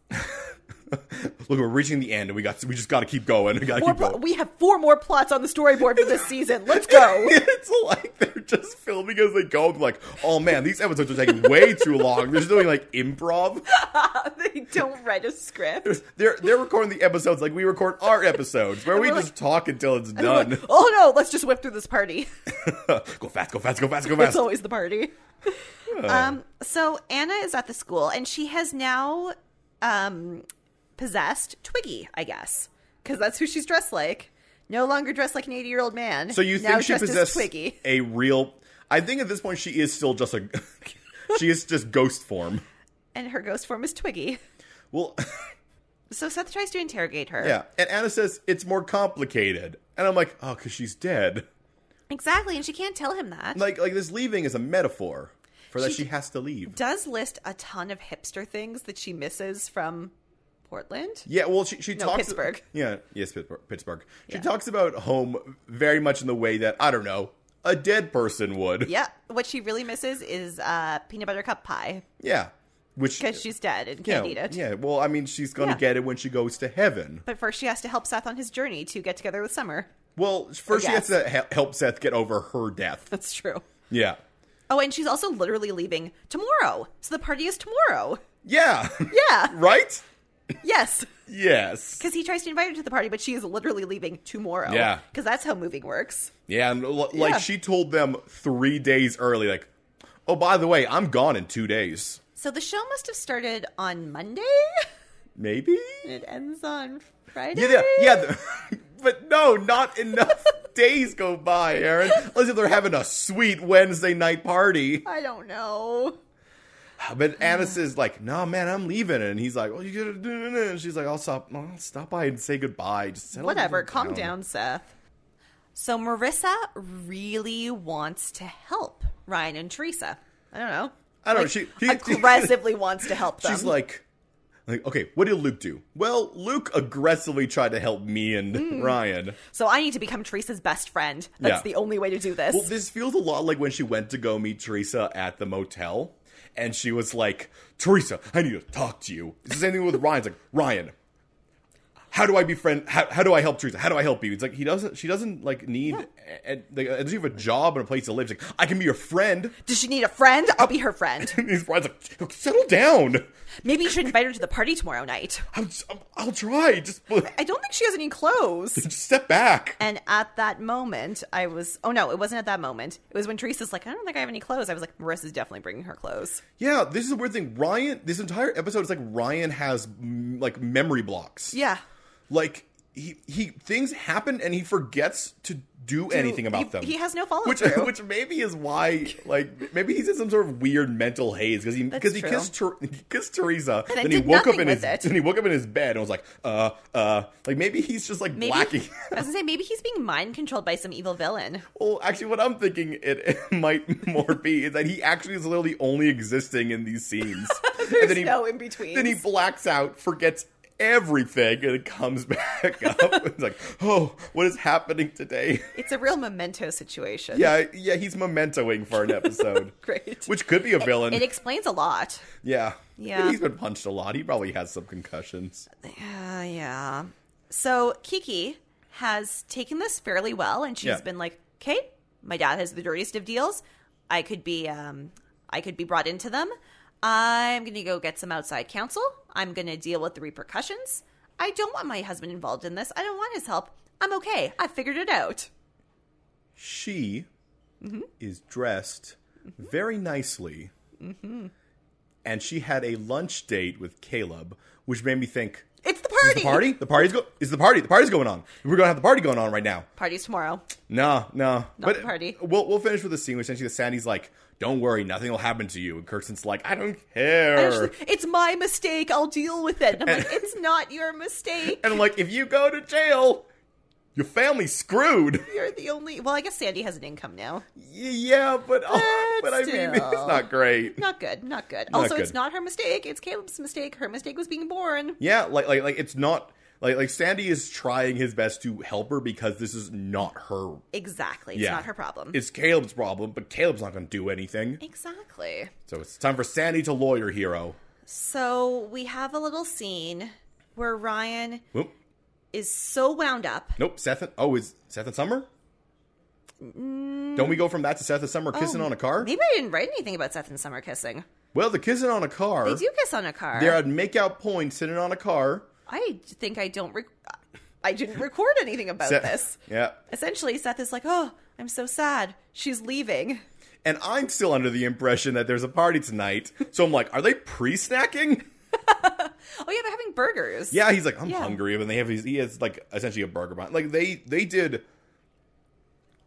Speaker 1: Look, we're reaching the end, and we got we just got to keep going. We got to
Speaker 2: More
Speaker 1: keep
Speaker 2: pl-
Speaker 1: going.
Speaker 2: we have four more plots on the storyboard for this season. Let's go.
Speaker 1: it's like they're just filming as they go. Like, oh man, these episodes are taking way too long. They're just doing like improv.
Speaker 2: they don't write a script.
Speaker 1: They're they're recording the episodes like we record our episodes, where we
Speaker 2: we're
Speaker 1: just
Speaker 2: like-
Speaker 1: talk until it's
Speaker 2: They're
Speaker 1: done.
Speaker 2: like, oh no, let's just whip through this party.
Speaker 1: go fast, go fast, go fast, go
Speaker 2: it's
Speaker 1: fast. Uh.
Speaker 2: always the party. Um, so Anna is at the school and she has now um, possessed Twiggy, I guess, because that's who she's dressed like. No longer dressed like an eighty-year-old man.
Speaker 1: So you
Speaker 2: now
Speaker 1: think she
Speaker 2: dressed as
Speaker 1: possessed
Speaker 2: Twiggy?
Speaker 1: a real? I think at this point she is still just a she is just ghost form.
Speaker 2: And her ghost form is Twiggy.
Speaker 1: Well,
Speaker 2: So Seth tries to interrogate her.
Speaker 1: yeah, and Anna says it's more complicated, and I'm like, oh, because she's dead.
Speaker 2: exactly. And she can't tell him that.
Speaker 1: Like like this leaving is a metaphor for that
Speaker 2: She-
Speaker 1: she has to leave.
Speaker 2: Does list a ton of hipster things that she misses from Portland.
Speaker 1: Yeah, well, she she
Speaker 2: No,
Speaker 1: talks
Speaker 2: Pittsburgh.
Speaker 1: Yeah, yes, Pittsburgh. Pittsburgh. She
Speaker 2: Yeah.
Speaker 1: talks about home very much in the way that I don't know a dead person would.
Speaker 2: Yeah, what she really misses is uh, peanut butter cup pie.
Speaker 1: Yeah, which
Speaker 2: because she's dead and
Speaker 1: yeah,
Speaker 2: can't eat it.
Speaker 1: yeah. Well, I mean, she's gonna
Speaker 2: Yeah.
Speaker 1: get it when she goes to heaven.
Speaker 2: But first, she has to help Seth on his journey to get together with Summer.
Speaker 1: Well, first she has
Speaker 2: yes.
Speaker 1: to he- help Seth get over her death.
Speaker 2: That's true.
Speaker 1: Yeah,
Speaker 2: Oh, and she's also literally leaving tomorrow. So the party is tomorrow.
Speaker 1: yeah,
Speaker 2: Yeah.
Speaker 1: right?
Speaker 2: yes.
Speaker 1: Yes.
Speaker 2: Because he tries to invite her to the party, but she is literally leaving tomorrow.
Speaker 1: Yeah.
Speaker 2: Because that's how moving works.
Speaker 1: Yeah, and l- like
Speaker 2: Yeah.
Speaker 1: she told them three days early. Like, oh, by the way, I'm gone in two days.
Speaker 2: So the show must have started on Monday.
Speaker 1: Maybe.
Speaker 2: It ends on Friday.
Speaker 1: Yeah, yeah, yeah. the- but no, not enough days go by, Aaron. Unless if they're having a sweet Wednesday night party.
Speaker 2: I don't know.
Speaker 1: But Annis is like, "No, man, I'm leaving," and he's like, "Well, you gotta do it." And she's like, "I'll stop, I'll stop by and say goodbye. Just settle
Speaker 2: Whatever. Calm down, Seth. So Marissa really wants to help Ryan and Teresa. I don't know.
Speaker 1: I don't know,
Speaker 2: Like,
Speaker 1: she- he-
Speaker 2: aggressively wants to help them.
Speaker 1: She's like, like, okay, what did Luke do? Well, Luke aggressively tried to help me and
Speaker 2: Hmm.
Speaker 1: Ryan.
Speaker 2: so I need to become Teresa's best friend. That's
Speaker 1: Yeah.
Speaker 2: the only way to do this.
Speaker 1: Well, this feels a lot like when she went to go meet Teresa at the motel, and she was like, Teresa, I need to talk to you. It's the same thing with Ryan's like, Ryan, how do I befriend? How, how do I help Teresa? How do I help you? It's like he doesn't. She doesn't like need. a- a- like, does she have a job and a place to live? She's like I can be your friend.
Speaker 2: Does she need a friend? I'll be her friend.
Speaker 1: And his friend's like, settle down.
Speaker 2: Maybe you should invite her to the party tomorrow night.
Speaker 1: I'm, I'll try. Just,
Speaker 2: I don't think she has any clothes.
Speaker 1: just step back.
Speaker 2: And at that moment, I was, oh no, it wasn't at that moment. It was when Teresa's like, I don't think I have any clothes. I was like, Marissa's definitely bringing her clothes.
Speaker 1: Yeah, this is a weird thing. Ryan, this entire episode is like Ryan has mm, like memory blocks.
Speaker 2: Yeah.
Speaker 1: like he he things happen and he forgets to do anything about
Speaker 2: he-
Speaker 1: them.
Speaker 2: he has no follow-through.
Speaker 1: which which maybe is why like maybe he's in some sort of weird mental haze because he because he
Speaker 2: true.
Speaker 1: kissed Ter- he kissed Teresa
Speaker 2: And then
Speaker 1: he
Speaker 2: did
Speaker 1: woke up
Speaker 2: nothing
Speaker 1: in
Speaker 2: with
Speaker 1: his
Speaker 2: it.
Speaker 1: and he woke up in his bed and was like uh uh like maybe he's just like
Speaker 2: Maybe,
Speaker 1: blacking.
Speaker 2: I was gonna say, maybe he's being mind controlled by some evil villain.
Speaker 1: well, actually, what I'm thinking it, it might more be is that he actually is literally only existing in these scenes. and
Speaker 2: There's
Speaker 1: then he,
Speaker 2: no in between.
Speaker 1: Then he blacks out, forgets everything, and it comes back up. it's like, oh, what is happening today?
Speaker 2: It's a real memento situation.
Speaker 1: Yeah, yeah, he's mementoing for an episode.
Speaker 2: Great.
Speaker 1: Which could be a villain.
Speaker 2: It explains a lot.
Speaker 1: yeah.
Speaker 2: Yeah.
Speaker 1: He's been punched a lot. He probably has some concussions.
Speaker 2: Yeah, yeah. So Kiki has taken this fairly well, and she's
Speaker 1: Yeah.
Speaker 2: been like, "Okay, my dad has the dirtiest of deals. I could be, um, I could be brought into them. I'm going to go get some outside counsel. I'm going to deal with the repercussions. I don't want my husband involved in this. I don't want his help. I'm okay. I figured it out.
Speaker 1: She
Speaker 2: Mm-hmm.
Speaker 1: is dressed very nicely.
Speaker 2: Mm-hmm.
Speaker 1: And she had a lunch date with Caleb, which made me think
Speaker 2: It's the
Speaker 1: is
Speaker 2: party.
Speaker 1: the party? The party's go is the party. The party's going on. We're gonna have the party going on right now.
Speaker 2: Party's tomorrow.
Speaker 1: No, no.
Speaker 2: the party.
Speaker 1: We'll we'll finish with the scene where essentially the Sandy's like, "Don't worry, nothing will happen to you," and Kirsten's like, "I don't care."
Speaker 2: And I'm just like, it's my mistake. I'll deal with it. And I'm like, it's not your mistake.
Speaker 1: and I'm like, if you go to jail, your family's screwed.
Speaker 2: You're the only. Well, I guess Sandy has an income now.
Speaker 1: Y- yeah, but oh,
Speaker 2: But
Speaker 1: but I mean,
Speaker 2: still.
Speaker 1: it's not great.
Speaker 2: Not good. Not good. also,
Speaker 1: good.
Speaker 2: it's not her mistake. It's Caleb's mistake. Her mistake was being born.
Speaker 1: Yeah, like like like it's not like like Sandy is trying his best to help her because this is not her.
Speaker 2: Exactly. It's
Speaker 1: Yeah,
Speaker 2: not her problem.
Speaker 1: It's Caleb's problem, but Caleb's not going to do anything.
Speaker 2: exactly.
Speaker 1: So it's time for Sandy to lawyer hero.
Speaker 2: So we have a little scene where Ryan
Speaker 1: Whoop.
Speaker 2: is so wound up.
Speaker 1: Nope, Seth. And, oh, is Seth and Summer? Don't we go from that to Seth and Summer kissing
Speaker 2: Mm. Oh,
Speaker 1: on a car?
Speaker 2: Maybe I didn't write anything about Seth and Summer kissing.
Speaker 1: Well, the kissing on a car.
Speaker 2: They do kiss on a car.
Speaker 1: They're at makeout point sitting on a car.
Speaker 2: I think I don't. Rec- I didn't record anything about
Speaker 1: Seth-
Speaker 2: this.
Speaker 1: Yeah.
Speaker 2: Essentially, Seth is like, "Oh, I'm so sad. She's leaving."
Speaker 1: And I'm still under the impression that there's a party tonight. So I'm like, are they pre-snacking?
Speaker 2: Oh yeah, they're having burgers.
Speaker 1: Yeah, he's like, I'm
Speaker 2: Yeah.
Speaker 1: hungry. And they have his, he has like essentially a burger bun. Like they they did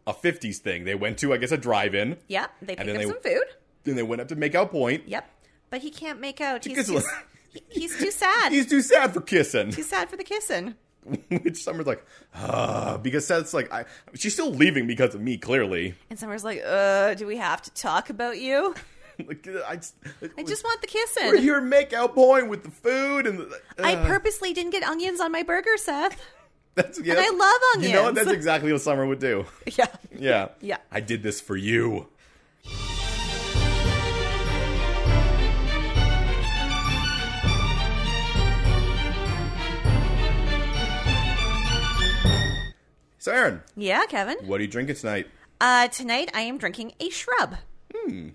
Speaker 1: a 50s thing. They went to I guess a drive-in.
Speaker 2: Yep. They
Speaker 1: And
Speaker 2: pick
Speaker 1: then
Speaker 2: up
Speaker 1: they-
Speaker 2: some food.
Speaker 1: Then they went up to makeout point.
Speaker 2: Yep. But he can't make out. He's
Speaker 1: kiss
Speaker 2: too,
Speaker 1: him.
Speaker 2: he- he's too sad. he's
Speaker 1: He's too sad for kissing.
Speaker 2: too sad for the kissing.
Speaker 1: Which Summer's like, ah, because Seth's like, I, she's still leaving because of me, clearly.
Speaker 2: And Summer's like, uh, do we have to talk about you?
Speaker 1: like, I,
Speaker 2: I just want the kissing.
Speaker 1: we're here at makeout point with the food and the,
Speaker 2: I
Speaker 1: uh,
Speaker 2: purposely didn't get onions on my burger, Seth.
Speaker 1: that's, yeah,
Speaker 2: I love
Speaker 1: You know what?
Speaker 2: onions.
Speaker 1: That's exactly what Summer would do.
Speaker 2: Yeah.
Speaker 1: Yeah.
Speaker 2: Yeah.
Speaker 1: I did this for you. So, Aaron,
Speaker 2: Yeah, Kevin.
Speaker 1: what are you drinking tonight?
Speaker 2: Uh, tonight I am drinking a shrub. Hmm.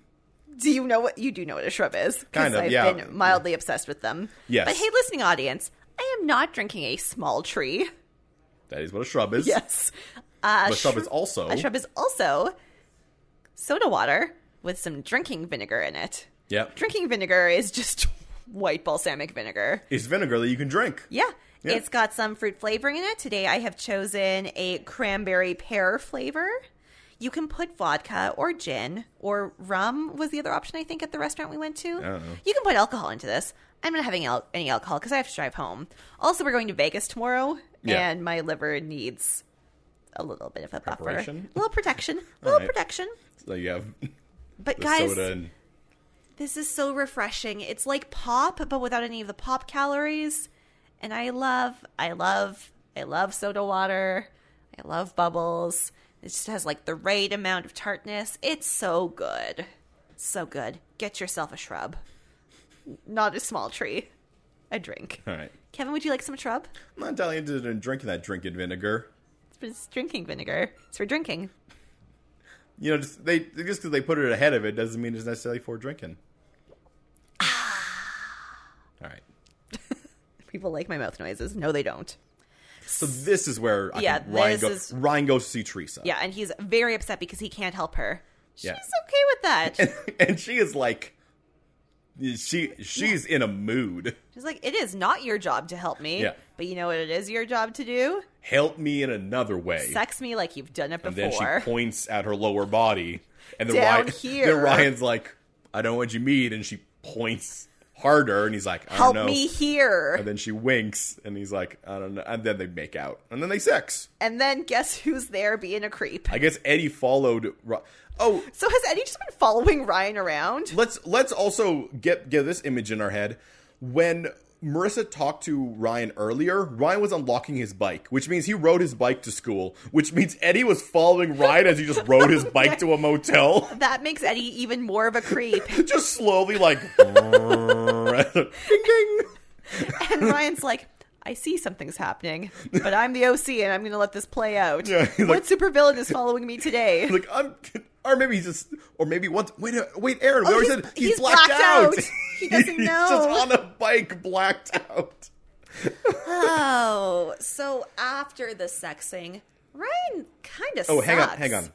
Speaker 2: Do you know what you do know what a shrub is? 'cause
Speaker 1: Kind of,
Speaker 2: I've
Speaker 1: yeah.
Speaker 2: been mildly obsessed with them.
Speaker 1: Yes.
Speaker 2: But hey, listening audience, I am not drinking a small tree.
Speaker 1: That is what a shrub is.
Speaker 2: Yes. Uh,
Speaker 1: A shrub
Speaker 2: shr-
Speaker 1: is also.
Speaker 2: A shrub is also soda water with some drinking vinegar in it.
Speaker 1: Yep.
Speaker 2: Drinking vinegar is just white balsamic vinegar.
Speaker 1: It's vinegar that you can drink.
Speaker 2: Yeah.
Speaker 1: Yeah.
Speaker 2: It's got some fruit flavoring in it. Today I have chosen a cranberry pear flavor. You can put vodka or gin or rum was the other option I think at the restaurant we went to.
Speaker 1: know.
Speaker 2: You can put alcohol into this. I'm not having al- any alcohol because I have to drive home. Also, we're going to Vegas tomorrow,
Speaker 1: Yeah.
Speaker 2: and my liver needs a little bit of a buffer, a
Speaker 1: Preparation?
Speaker 2: little protection, a little
Speaker 1: right.
Speaker 2: protection.
Speaker 1: So you have the
Speaker 2: But guys,
Speaker 1: soda and
Speaker 2: this is so refreshing. It's like pop, but without any of the pop calories. And I love, I love, I love soda water. I love bubbles. It just has like the right amount of tartness. It's so good. So good. Get yourself a shrub. Not a small tree. A drink.
Speaker 1: all right.
Speaker 2: Kevin, would you like some shrub?
Speaker 1: I'm not entirely interested in drinking that drinking vinegar.
Speaker 2: It's for it's drinking vinegar. It's for drinking.
Speaker 1: You know, just they just because they put it ahead of it doesn't mean it's necessarily for drinking.
Speaker 2: Ah.
Speaker 1: All right.
Speaker 2: People like my mouth noises. No, they don't.
Speaker 1: So this is where I
Speaker 2: Yeah,
Speaker 1: think Ryan
Speaker 2: this
Speaker 1: goes.
Speaker 2: is-
Speaker 1: Ryan goes to see Teresa.
Speaker 2: Yeah, and he's very upset because he can't help her. She's
Speaker 1: Yeah.
Speaker 2: okay with that.
Speaker 1: and she is like, she she's in a mood.
Speaker 2: She's like, it is not your job to help me.
Speaker 1: Yeah.
Speaker 2: But you know what it is your job to do?
Speaker 1: Help me in another way.
Speaker 2: Sex me like you've done it
Speaker 1: and then she
Speaker 2: before.
Speaker 1: points at her lower body, and then
Speaker 2: Down
Speaker 1: Ryan,
Speaker 2: here.
Speaker 1: then Ryan's like, "I don't know what you mean," and she points harder, and he's like, "I
Speaker 2: help
Speaker 1: don't know."
Speaker 2: me here.
Speaker 1: And then she winks, and he's like, "I don't know." And then they make out, and then they sex.
Speaker 2: and then guess who's there being a creep?
Speaker 1: I guess Eddie followed. Ro- Oh,
Speaker 2: So has Eddie just been following Ryan around?
Speaker 1: let's let's also get get this image in our head when Marissa talked to Ryan earlier. Ryan was unlocking his bike, which means he rode his bike to school, which means Eddie was following Ryan as he just rode his bike to a motel,
Speaker 2: That makes Eddie even more of a creep.
Speaker 1: just slowly like ding ding.
Speaker 2: and Ryan's like, I see something's happening, but I'm the OC and I'm going to let this play out.
Speaker 1: Yeah, he's
Speaker 2: what
Speaker 1: like-
Speaker 2: supervillain is following me today?
Speaker 1: Like I'm, or maybe he's just, or maybe once. Wait, uh, wait, Aaron. We
Speaker 2: Oh,
Speaker 1: already
Speaker 2: he's-
Speaker 1: said he's,
Speaker 2: he's
Speaker 1: blacked,
Speaker 2: blacked
Speaker 1: out.
Speaker 2: out. He doesn't
Speaker 1: he's just
Speaker 2: know.
Speaker 1: on a bike, blacked out.
Speaker 2: oh, so after the sexing, Ryan kind of
Speaker 1: Oh, hang on, hang on.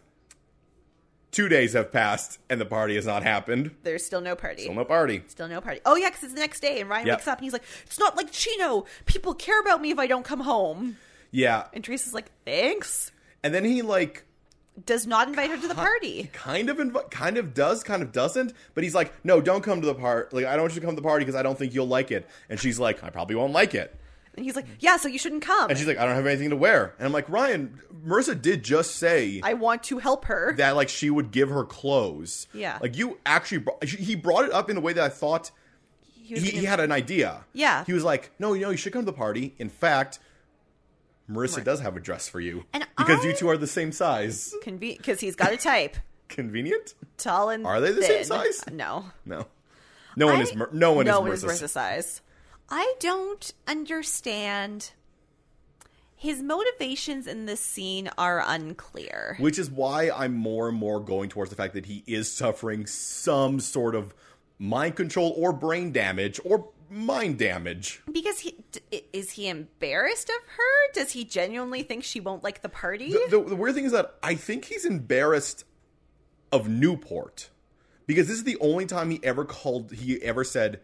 Speaker 1: Two days have passed, and the party has not happened.
Speaker 2: There's still no party.
Speaker 1: Still no party.
Speaker 2: Still no party. Oh yeah, because it's the next day, and Ryan
Speaker 1: Yeah.
Speaker 2: wakes up and he's like, "It's not like Chino. People care about me if I don't come home."
Speaker 1: Yeah,
Speaker 2: And Teresa's like, "Thanks."
Speaker 1: and then he like
Speaker 2: Does not invite her to the party.
Speaker 1: kind of inv- kind of does, kind of doesn't, but he's like, "No, don't come to the party. Like, I don't want you to come to the party because I don't think you'll like it." And she's like, "I probably won't like it."
Speaker 2: And he's like, "Yeah, so you shouldn't come."
Speaker 1: And she's like, "I don't have anything to wear." And I'm like, "Ryan, Marissa did just say
Speaker 2: I want to help her.
Speaker 1: that like she would give her clothes."
Speaker 2: Yeah.
Speaker 1: like you actually brought, he brought it up in the way that I thought
Speaker 2: He
Speaker 1: he,
Speaker 2: was
Speaker 1: he
Speaker 2: gonna-
Speaker 1: had an idea.
Speaker 2: Yeah.
Speaker 1: he was like, "No, you know, you should come to the party." In fact. Marissa
Speaker 2: Right.
Speaker 1: does have a dress for you
Speaker 2: And
Speaker 1: because
Speaker 2: I-
Speaker 1: you two are the same size.
Speaker 2: Conve- because he's got a type.
Speaker 1: Convenient?
Speaker 2: Tall and
Speaker 1: Are they the same
Speaker 2: thin.
Speaker 1: size?
Speaker 2: No.
Speaker 1: No, no one
Speaker 2: I-
Speaker 1: is. Mer- no one
Speaker 2: no
Speaker 1: is. Marissa's-
Speaker 2: Marissa size. I don't understand. His motivations in this scene are unclear.
Speaker 1: which is why I'm more and more going towards the fact that he is suffering some sort of mind control or brain damage or mind damage.
Speaker 2: Because he d- i- is he embarrassed of her? Does he genuinely think she won't like the party?
Speaker 1: The, the, the weird thing is that I think he's embarrassed of Newport because this is the only time he ever called. He ever said,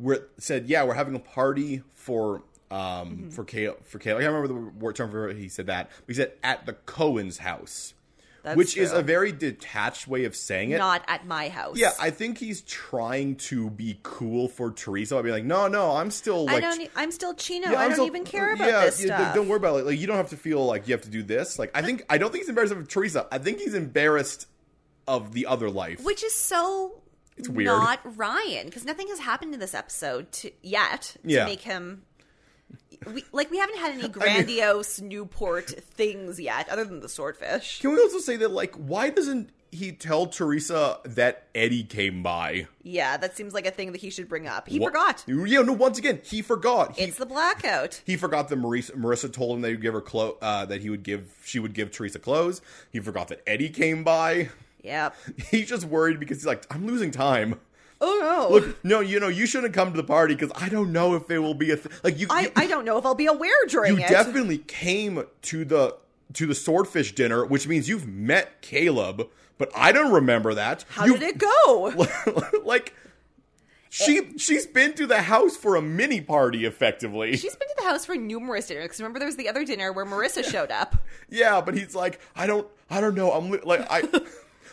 Speaker 1: "We're said yeah, we're having a party for."
Speaker 2: Mm-hmm.
Speaker 1: Um, for Kay, for Kay, I can't remember the word term for it. He said that. He said at the Cohen's house,
Speaker 2: That's
Speaker 1: which is
Speaker 2: true.
Speaker 1: a very detached way of saying it.
Speaker 2: not at my house.
Speaker 1: Yeah, I think he's trying to be cool for Teresa. I'd be like, no, no, I'm still
Speaker 2: I
Speaker 1: like.
Speaker 2: don't. e- I'm still Chino.
Speaker 1: yeah,
Speaker 2: I
Speaker 1: I'm
Speaker 2: don't
Speaker 1: still-
Speaker 2: even care about
Speaker 1: yeah,
Speaker 2: this
Speaker 1: yeah, like,
Speaker 2: stuff.
Speaker 1: don't worry about it. Like, you don't have to feel like you have to do this. Like, I think I don't think he's embarrassed of Teresa. I think he's embarrassed of the other life.
Speaker 2: Which is so
Speaker 1: It's weird.
Speaker 2: not Ryan because nothing has happened in this episode to, yet to
Speaker 1: Yeah.
Speaker 2: make him. We, like we haven't had any grandiose Newport things yet, other than the swordfish.
Speaker 1: Can we also say that like, why doesn't he tell Teresa that Eddie came by?
Speaker 2: Yeah, that seems like a thing that he should bring up. He
Speaker 1: Wha-
Speaker 2: forgot.
Speaker 1: Yeah, no. Once again, he forgot. He,
Speaker 2: It's the blackout.
Speaker 1: He forgot that Marisa, Marissa told him they would give her clo- uh, that he would give she would give Teresa clothes. He forgot that Eddie came by.
Speaker 2: Yep.
Speaker 1: He's just worried because he's like, I'm losing time.
Speaker 2: Oh no.
Speaker 1: Look, no, you know, you shouldn't come to the party because I don't know if there will be a th- like you.
Speaker 2: I,
Speaker 1: you,
Speaker 2: I don't know if I'll be aware during
Speaker 1: you
Speaker 2: it.
Speaker 1: definitely came to the to the swordfish dinner, which means you've met Caleb, but I don't remember that.
Speaker 2: How
Speaker 1: you,
Speaker 2: did it go?
Speaker 1: it? like, she she's been to the house for a mini party, effectively.
Speaker 2: She's been to the house for numerous dinners. 'cause remember, there was the other dinner where Marissa showed up.
Speaker 1: yeah, but he's like, I don't, I don't know. I'm li- like, I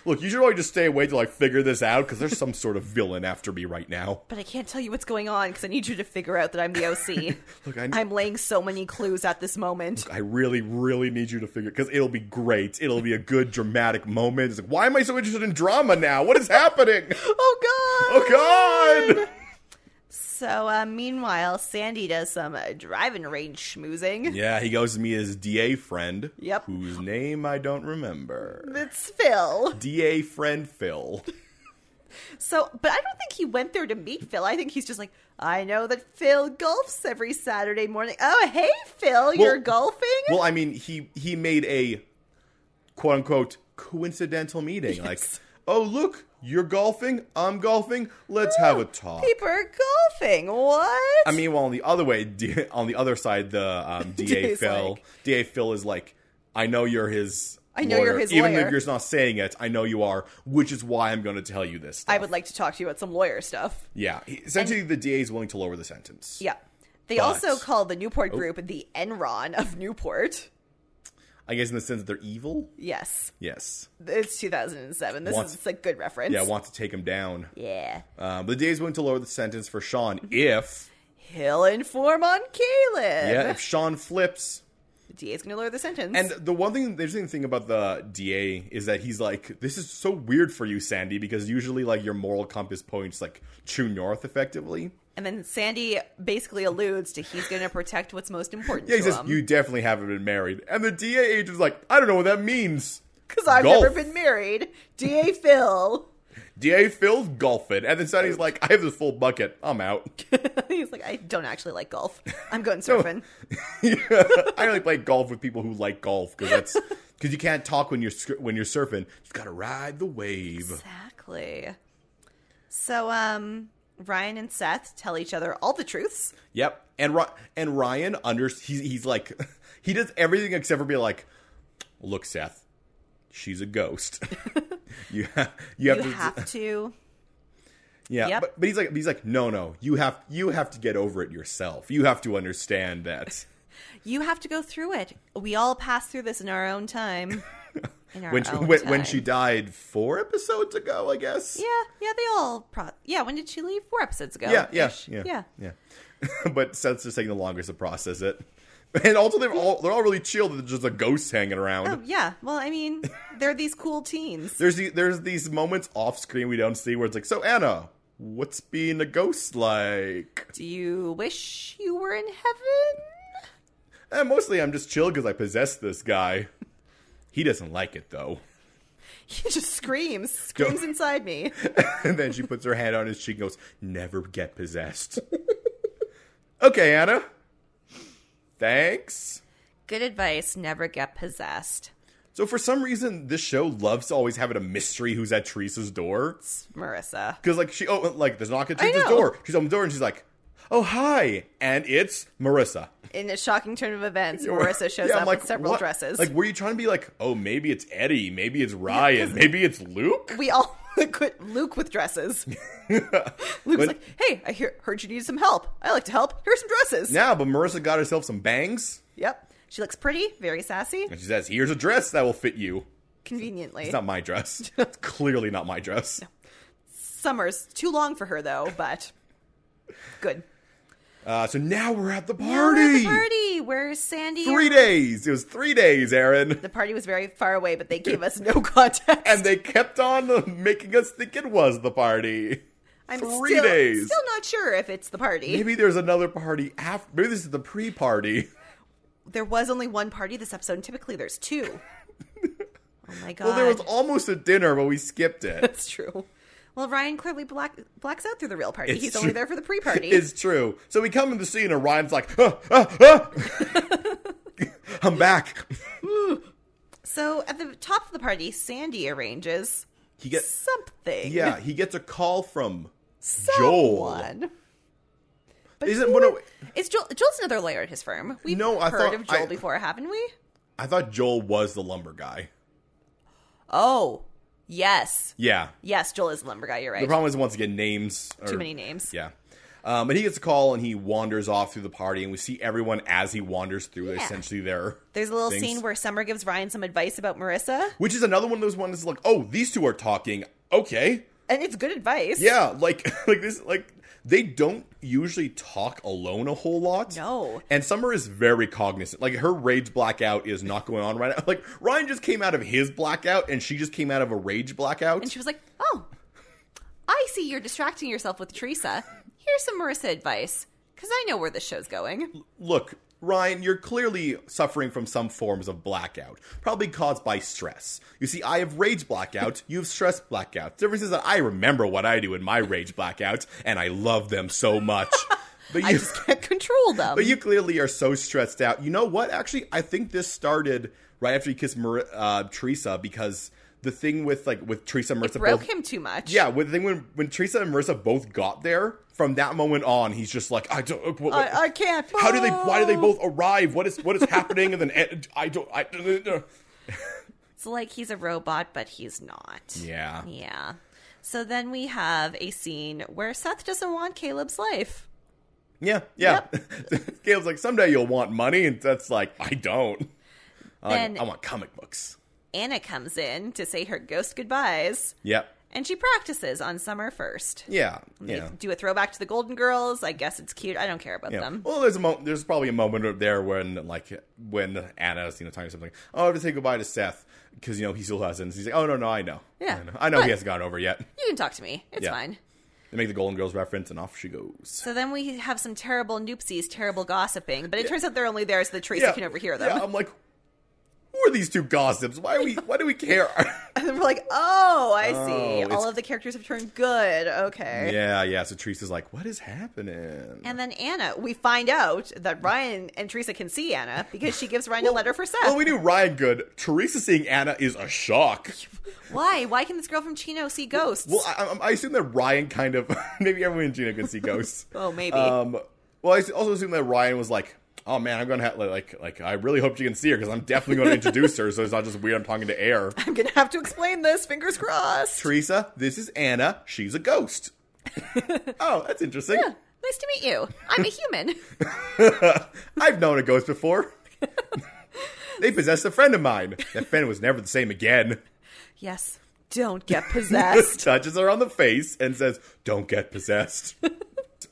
Speaker 1: look. You should probably just stay away to like figure this out because there's some sort of villain after me right now.
Speaker 2: But I can't tell you what's going on because I need you to figure out that I'm the OC.
Speaker 1: Look, I-
Speaker 2: I'm laying so many clues at this moment.
Speaker 1: I really, really need you to figure because it'll be great. It'll be a good dramatic moment. It's like, why am I so interested in drama now? What is happening?
Speaker 2: Oh god!
Speaker 1: Oh God!
Speaker 2: So, uh, meanwhile, Sandy does some uh, driving range schmoozing.
Speaker 1: Yeah, he goes to meet his DA friend.
Speaker 2: Yep.
Speaker 1: Whose name I don't remember.
Speaker 2: It's Phil.
Speaker 1: DA friend Phil.
Speaker 2: So, but I don't think he went there to meet Phil. I think he's just like, I know that Phil golfs every Saturday morning. Oh, hey, Phil, you're golfing?
Speaker 1: Well, I mean, he he made a quote unquote coincidental meeting. Like,
Speaker 2: Yes.
Speaker 1: oh look, you're golfing, I'm golfing. Let's have a talk.
Speaker 2: People are golfing. What?
Speaker 1: I mean, well, on the other way, D- on the other side, the um, DA
Speaker 2: Da's
Speaker 1: Phil,
Speaker 2: like-
Speaker 1: DA Phil is like, I know you're his.
Speaker 2: I know you're
Speaker 1: lawyer.
Speaker 2: his
Speaker 1: Even
Speaker 2: lawyer."
Speaker 1: if you're not saying it, I know you are, which is why I'm going to tell you this. Stuff.
Speaker 2: I would like to talk to you about some lawyer stuff.
Speaker 1: yeah. He- Essentially, the DA is willing to lower the sentence.
Speaker 2: Yeah. They
Speaker 1: But- Oh.
Speaker 2: also call the Newport group the Enron of Newport.
Speaker 1: I guess in the sense that they're evil.
Speaker 2: Yes.
Speaker 1: Yes.
Speaker 2: It's 2007. This
Speaker 1: Wants-
Speaker 2: is a good reference.
Speaker 1: Yeah, want to take him down.
Speaker 2: yeah.
Speaker 1: Um, the DA is willing to lower the sentence for Sean if,
Speaker 2: He'll inform on Caleb.
Speaker 1: yeah, if Sean flips.
Speaker 2: The DA's going to lower the sentence.
Speaker 1: And the one thing, the interesting thing about the DA is that he's like, this is so weird for you, Sandy, because usually like your moral compass points like true north, effectively.
Speaker 2: And then Sandy basically alludes to he's going to protect what's most important
Speaker 1: Yeah, he
Speaker 2: to
Speaker 1: says
Speaker 2: him.
Speaker 1: you definitely haven't been married, and the DA agent's like, I don't know what that means.
Speaker 2: Because I've
Speaker 1: Golf.
Speaker 2: never been married. DA Phil.
Speaker 1: DA Phil's golfing, and then Sandy's like, I have this full bucket, I'm out.
Speaker 2: He's like, I don't actually like golf. I'm going surfing.
Speaker 1: I only play golf with people who like golf because that's because you can't talk when you're sc- when you're surfing. You've got to ride the wave.
Speaker 2: Exactly. So, um, Ryan and Seth tell each other all the truths.
Speaker 1: Yep. And Ry- and Ryan under he's he's like he does everything except for be like, look, Seth, she's a ghost. you ha- you have to
Speaker 2: You have to.
Speaker 1: yeah.
Speaker 2: Yep.
Speaker 1: But, but he's like he's like no no you have you have to get over it yourself. You have to understand that
Speaker 2: You have to go through it. We all pass through this in our own time. In our
Speaker 1: when she,
Speaker 2: own
Speaker 1: when, when
Speaker 2: time.
Speaker 1: she died four episodes ago, I guess.
Speaker 2: Yeah, yeah, they all. Pro- yeah, when did she leave? Four episodes ago.
Speaker 1: Yeah, yeah,
Speaker 2: ish.
Speaker 1: yeah,
Speaker 2: yeah.
Speaker 1: yeah. but Seth's just taking the longest to process it, and also they're all they're all really chill. That there's just a ghost hanging around.
Speaker 2: Oh, yeah. Well, I mean, they're these cool teens.
Speaker 1: There's the, there's these moments off screen we don't see where it's like, so Anna, what's being a ghost like?
Speaker 2: Do you wish you were in heaven?
Speaker 1: And mostly I'm just chill because I possess this guy. He doesn't like it though.
Speaker 2: He just screams, screams inside me.
Speaker 1: and then she puts her hand on his cheek and goes, never get possessed. okay, Anna. Thanks.
Speaker 2: Good advice never get possessed.
Speaker 1: So for some reason, this show loves to always have it a mystery who's at Teresa's door.
Speaker 2: It's Marissa.
Speaker 1: Because like she oh like there's a knock at
Speaker 2: I
Speaker 1: Teresa's
Speaker 2: know.
Speaker 1: door. She's on the door and she's like, Oh hi. And it's Marissa.
Speaker 2: In a shocking turn of events, Marissa shows
Speaker 1: Yeah, I'm
Speaker 2: up with several
Speaker 1: what?
Speaker 2: dresses.
Speaker 1: Like, were you trying to be like, oh, maybe it's Eddie, maybe it's Ryan, maybe it's Luke?
Speaker 2: we all quit Luke with dresses. Luke's
Speaker 1: When-
Speaker 2: like, hey, I hear, heard you need some help. I like to help. Here's some dresses.
Speaker 1: Now, but Marissa got herself some bangs,
Speaker 2: Yep. She looks pretty, very sassy,
Speaker 1: and she says, "Here's a dress that will fit you."
Speaker 2: conveniently.
Speaker 1: It's not my dress. it's clearly not my dress.
Speaker 2: Summer's too long for her, though, but good.
Speaker 1: Uh, so now we're at the party.
Speaker 2: Now we're at the party where Sandy.
Speaker 1: Three days. It was three days, Aaron,
Speaker 2: The party was very far away, but they gave us no context.
Speaker 1: and they kept on uh, making us think it was the party.
Speaker 2: I'm
Speaker 1: three
Speaker 2: still,
Speaker 1: days.
Speaker 2: Still not sure if it's the party.
Speaker 1: Maybe there's another party after. Maybe this is the pre-party.
Speaker 2: There was only one party this episode, and typically there's two. oh my god.
Speaker 1: Well, there was almost a dinner, but we skipped it.
Speaker 2: That's true. Well, Ryan clearly black, blacks out through the real party.
Speaker 1: It's
Speaker 2: He's only
Speaker 1: true.
Speaker 2: there for the pre-party.
Speaker 1: It's true. So we come in the scene and Ryan's like, "Huh, huh, huh." I'm back.
Speaker 2: so at the top of the party, Sandy arranges
Speaker 1: He gets
Speaker 2: something.
Speaker 1: yeah. He gets a call from Joel.
Speaker 2: someone. But
Speaker 1: Isn't
Speaker 2: who
Speaker 1: one of
Speaker 2: would- is Joel? Joel's another layer at his firm. We've
Speaker 1: No, I
Speaker 2: heard
Speaker 1: thought-
Speaker 2: of Joel
Speaker 1: I-
Speaker 2: before, haven't we?
Speaker 1: I thought Joel was the lumber guy.
Speaker 2: Oh, yes,
Speaker 1: Yeah.
Speaker 2: yes. Joel is the lumber guy. You're
Speaker 1: The
Speaker 2: right.
Speaker 1: problem is once again names. Or,
Speaker 2: Too many names.
Speaker 1: Yeah. Um, but he gets a call and he wanders off through the party, and we see everyone as he wanders through.
Speaker 2: Yeah.
Speaker 1: Essentially, there.
Speaker 2: There's a little
Speaker 1: Things.
Speaker 2: scene where Summer gives Ryan some advice about Marissa,
Speaker 1: Which is another one of those ones like, oh, these two are talking. Okay.
Speaker 2: and it's good advice.
Speaker 1: Yeah, like like this like they don't usually talk alone a whole lot.
Speaker 2: No.
Speaker 1: And Summer is very cognizant. Like her rage blackout is not going on right now. Like Ryan just came out of his blackout and she just came out of a rage blackout.
Speaker 2: And she was like, "Oh, I see you're distracting yourself with Teresa. Here's some Marissa advice, because I know where this show's going."
Speaker 1: Look, Ryan, you're clearly suffering from some forms of blackout, probably caused by stress. You see, I have rage blackout, you have stress blackout. The difference is that I remember what I do in my rage blackouts, and I love them so much. But
Speaker 2: I just can't control them.
Speaker 1: But you clearly are so stressed out. You know what? Actually, I think this started right after you kissed Mar- uh, Teresa because the thing with like with Teresa and Marissa
Speaker 2: Broke
Speaker 1: both-
Speaker 2: him too much.
Speaker 1: yeah, with the thing when when Teresa and Marissa both got there, from that moment on, he's just like, I don't. What, what-
Speaker 2: I, I can't.
Speaker 1: how do they? Why do they both
Speaker 2: move.
Speaker 1: arrive? What is what is happening? And then eh, I don't. I,
Speaker 2: It's like he's a robot, but he's not.
Speaker 1: Yeah.
Speaker 2: Yeah. So then we have a scene where Seth doesn't want Caleb's life.
Speaker 1: yeah, yeah. Caleb's like, someday you'll want money, and that's like, I don't. I,
Speaker 2: Then-
Speaker 1: I want comic books.
Speaker 2: Anna comes in to say her ghost goodbyes,
Speaker 1: Yeah,
Speaker 2: and she practices on Summer first.
Speaker 1: yeah,
Speaker 2: They
Speaker 1: yeah.
Speaker 2: do a throwback to the Golden Girls. I guess it's cute. I don't care about
Speaker 1: Yeah.
Speaker 2: them.
Speaker 1: Well, there's a mo- there's probably a moment up there when like when Anna's you know talking to something. Oh, I have to say goodbye to Seth because you know he still hasn't. He's like, oh no, no, I know.
Speaker 2: Yeah.
Speaker 1: I know, I know
Speaker 2: But-
Speaker 1: he hasn't gone over yet.
Speaker 2: You can talk to me. It's
Speaker 1: Yeah.
Speaker 2: fine.
Speaker 1: They make the Golden Girls reference, and off she goes.
Speaker 2: So then we have some terrible noopsies, terrible gossiping, but it turns out they're only there so that Teresa can overhear them.
Speaker 1: Yeah, I'm like, who are these two gossips? Why are we? Why do we care?
Speaker 2: And then we're like, oh, I
Speaker 1: Oh,
Speaker 2: see.
Speaker 1: it's-
Speaker 2: All of the characters have turned good. Okay.
Speaker 1: yeah, yeah. So Teresa's like, what is happening?
Speaker 2: And then Anna, we find out that Ryan and Teresa can see Anna because she gives Ryan a letter for Seth.
Speaker 1: well, we knew Ryan good. Teresa seeing Anna is a shock.
Speaker 2: Why? Why can this girl from Chino see ghosts?
Speaker 1: Well, I, I- I assume that Ryan kind of maybe everyone in Gina can see ghosts.
Speaker 2: Oh, maybe.
Speaker 1: Um, well, I also assume that Ryan was like, "Oh man, I'm gonna have like like I really hope she can see her because I'm definitely going to introduce her, so it's not just weird. I'm talking to air."
Speaker 2: I'm gonna have to explain this. Fingers crossed.
Speaker 1: Teresa, this is Anna. She's a ghost. oh, that's interesting.
Speaker 2: Yeah, nice to meet you. I'm a human.
Speaker 1: I've known a ghost before. they possessed a friend of mine. That friend was never the same again.
Speaker 2: yes. Don't get possessed.
Speaker 1: touches her on the face and says, "Don't get possessed."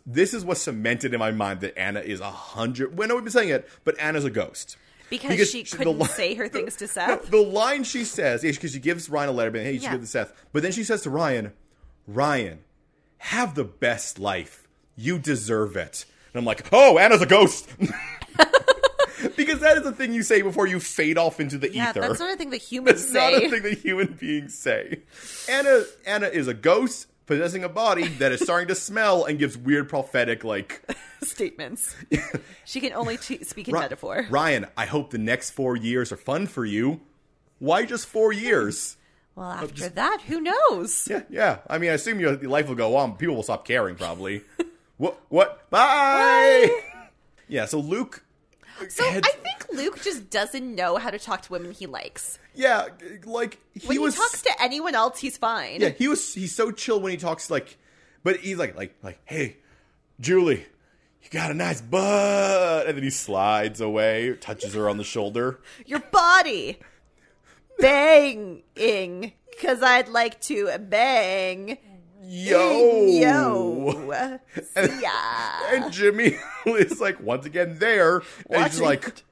Speaker 1: this is what cemented in my mind that Anna is a hundred. When well, we've been saying it, but Anna's a ghost.
Speaker 2: Because,
Speaker 1: Because
Speaker 2: she
Speaker 1: she- the
Speaker 2: couldn't
Speaker 1: li-
Speaker 2: say her things to
Speaker 1: No,
Speaker 2: Seth.
Speaker 1: the line she says, because she gives Ryan a letter, but hey, you should
Speaker 2: Yeah.
Speaker 1: give it to Seth. But then she says to Ryan, "Ryan, have the best life. You deserve it." And I'm like, "Oh, Anna's a ghost." Because that is the thing you say before you fade off into the
Speaker 2: Yeah,
Speaker 1: ether.
Speaker 2: that's not a thing that humans
Speaker 1: It's
Speaker 2: say.
Speaker 1: not a thing that human beings say. Anna Anna is a ghost possessing a body that is starting to smell and gives weird prophetic like
Speaker 2: Statements. she can only t- speak in
Speaker 1: "Ri-
Speaker 2: metaphor.
Speaker 1: Ryan, I hope the next four years are fun for you. Why just four years?
Speaker 2: Well,
Speaker 1: oh,
Speaker 2: after that, who knows?
Speaker 1: Yeah, yeah. I mean, I assume your life will go on. People will stop caring, probably. what? What? Bye. Yeah. So Luke.
Speaker 2: So
Speaker 1: had-
Speaker 2: I think Luke just doesn't know how to talk to women he likes.
Speaker 1: yeah, like he
Speaker 2: When he,
Speaker 1: was.
Speaker 2: talks to anyone else, he's fine.
Speaker 1: Yeah, he was. He's so chill when he talks. Like, but he's like, like, like, hey, Julie, you got a nice butt, and then he slides away, touches her on the shoulder.
Speaker 2: Your body banging because I'd like to bang
Speaker 1: Yo,
Speaker 2: yo. See ya.
Speaker 1: Oh. And Jimmy is like once again there, and he's just
Speaker 2: Watching.
Speaker 1: like,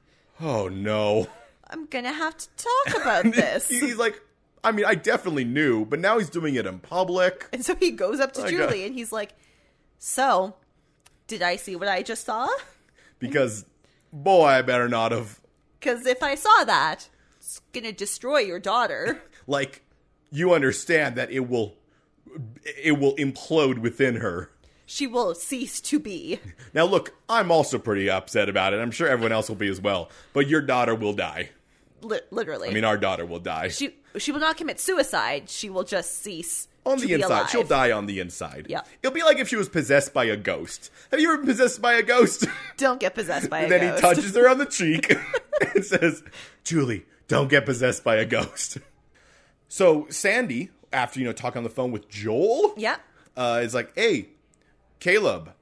Speaker 1: oh no.
Speaker 2: I'm gonna have to talk about
Speaker 1: He-
Speaker 2: this.
Speaker 1: He's like, I mean, I definitely knew, but now he's doing it in public.
Speaker 2: And so he goes up to
Speaker 1: I got-
Speaker 2: Julie and he's like, "So, did I see what I just saw?
Speaker 1: because boy, I better not have
Speaker 2: Because if I saw that, it's gonna destroy your daughter."
Speaker 1: like you understand that it will it will implode within her.
Speaker 2: She will cease to be.
Speaker 1: Now look, I'm also pretty upset about it. I'm sure everyone else will be as well. But your daughter will die.
Speaker 2: Li- literally.
Speaker 1: I mean, our daughter will die.
Speaker 2: she she will not commit suicide. She will just cease
Speaker 1: on
Speaker 2: to
Speaker 1: the
Speaker 2: be
Speaker 1: inside,
Speaker 2: alive.
Speaker 1: she'll die on the inside.
Speaker 2: Yeah.
Speaker 1: It'll be like if she was possessed by a ghost. Have you ever been possessed by a ghost?
Speaker 2: Don't get possessed by a
Speaker 1: and then
Speaker 2: ghost.
Speaker 1: he touches her on the cheek and says, "Julie, don't get possessed by a ghost." So Sandy, after you know, talk on the phone with Joel,
Speaker 2: Yep.
Speaker 1: uh, is like, "Hey, Caleb,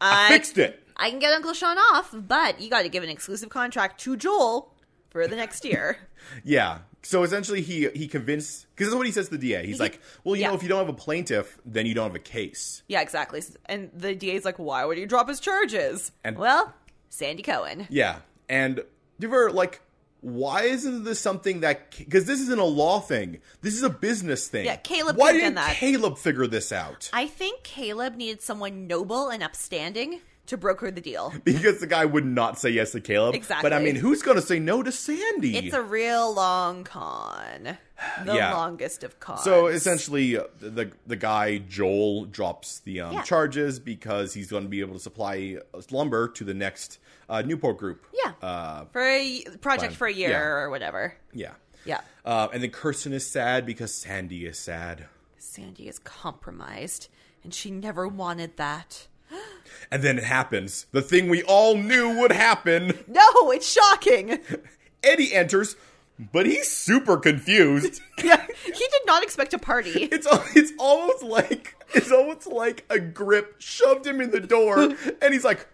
Speaker 2: I,
Speaker 1: fixed it."
Speaker 2: Uh, I can get Uncle Sean off, but you got to give an exclusive contract to Joel for the next year.
Speaker 1: Yeah. So essentially, he he convinced because this is what he says to the DA. He's like, "Well, you
Speaker 2: yeah.
Speaker 1: know, if you don't have a plaintiff, then you don't have a case."
Speaker 2: yeah, exactly. And the DA's like, "Why would you drop his charges?"
Speaker 1: And-
Speaker 2: well, Sandy Cohen.
Speaker 1: Yeah. And you ever like, why isn't this something that because this isn't a law thing. This is a business thing.
Speaker 2: Yeah, Caleb
Speaker 1: Why
Speaker 2: could've
Speaker 1: didn't
Speaker 2: done that.
Speaker 1: Caleb figure this out?
Speaker 2: I think Caleb needed someone noble and upstanding to broker the deal.
Speaker 1: because the guy would not say yes to Caleb. But I
Speaker 2: Exactly.
Speaker 1: mean, who's going to say no to Sandy?
Speaker 2: It's a real long con. The
Speaker 1: Yeah.
Speaker 2: longest of cons.
Speaker 1: So essentially, uh, the the guy Joel drops the um,
Speaker 2: Yeah.
Speaker 1: charges because he's going to be able to supply uh, lumber to the next uh, Newport group.
Speaker 2: Yeah.
Speaker 1: uh,
Speaker 2: for a project
Speaker 1: fine.
Speaker 2: for a year
Speaker 1: Yeah.
Speaker 2: or whatever.
Speaker 1: yeah.
Speaker 2: Yeah.
Speaker 1: Uh, and then Kirsten is sad because Sandy is sad,
Speaker 2: Sandy is compromised, and she never wanted that.
Speaker 1: and then it happens. The thing we all knew would happen.
Speaker 2: No, it's shocking.
Speaker 1: Eddie enters, but he's super confused.
Speaker 2: yeah, he did not expect a party.
Speaker 1: It's al- it's almost like it's almost like a grip shoved him in the door, and he's like,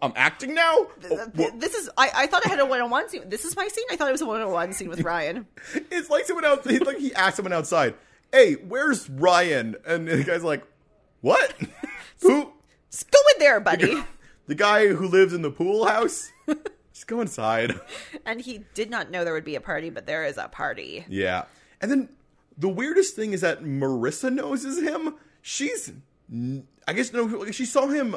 Speaker 1: "I'm acting now."
Speaker 2: Th- This is I, I thought I had a one on one scene. This is my scene. I thought it was a one on one scene with Ryan.
Speaker 1: It's like someone out. It's like he asked someone outside, "Hey, where's Ryan?" And the guy's like, "What? who?
Speaker 2: Just go in there, buddy.
Speaker 1: The guy who lives in the pool house? Just go inside."
Speaker 2: and he did not know there would be a party, but there is a party.
Speaker 1: Yeah. And then the weirdest thing is that Marissa notices him. She's, n- I guess, no, she saw him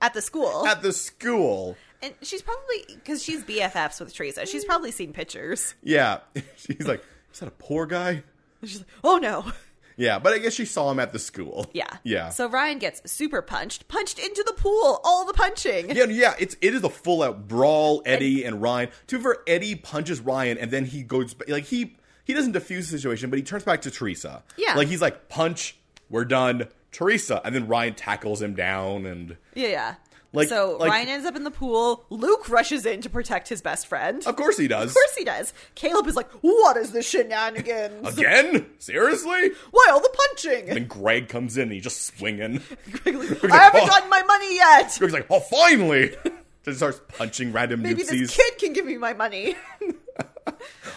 Speaker 2: At the school.
Speaker 1: at the school.
Speaker 2: and she's probably because she's BFFs with Teresa. She's probably seen pictures.
Speaker 1: Yeah. She's like, "Is that a poor guy?"
Speaker 2: She's like, "Oh no."
Speaker 1: Yeah, but I guess she saw him at the school.
Speaker 2: Yeah.
Speaker 1: Yeah.
Speaker 2: So Ryan gets super punched, punched into the pool, all the punching.
Speaker 1: Yeah, yeah, it's it is a full out brawl. Eddie and, Ryan. To be fair, Eddie punches Ryan, and then he goes like he he doesn't defuse the situation, but he turns back to Teresa.
Speaker 2: Yeah.
Speaker 1: like he's like punch, we're done, Teresa, and then Ryan tackles him down, and
Speaker 2: Yeah, yeah.
Speaker 1: Like-
Speaker 2: so
Speaker 1: like-
Speaker 2: Ryan ends up in the pool. Luke rushes in to protect his best friend. Of
Speaker 1: of course he does.
Speaker 2: course he does. Caleb is like, "What is this shenanigans?
Speaker 1: Again? Seriously?
Speaker 2: Why all the punching?"
Speaker 1: And Greg comes in and he's just swinging.
Speaker 2: Quickly, I haven't gotten my money yet.
Speaker 1: Greg's oh. like, oh, finally! Just starts punching random
Speaker 2: Maybe
Speaker 1: noobsies.
Speaker 2: this kid can give me my money.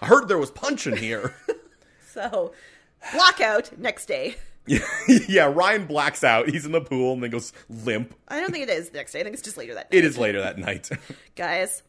Speaker 1: I heard there was punching here.
Speaker 2: So blackout next day.
Speaker 1: yeah, Ryan blacks out. He's in the pool and then goes limp.
Speaker 2: I don't think it is the next day. I think it's just later that night.
Speaker 1: It is later that night.
Speaker 2: Guys,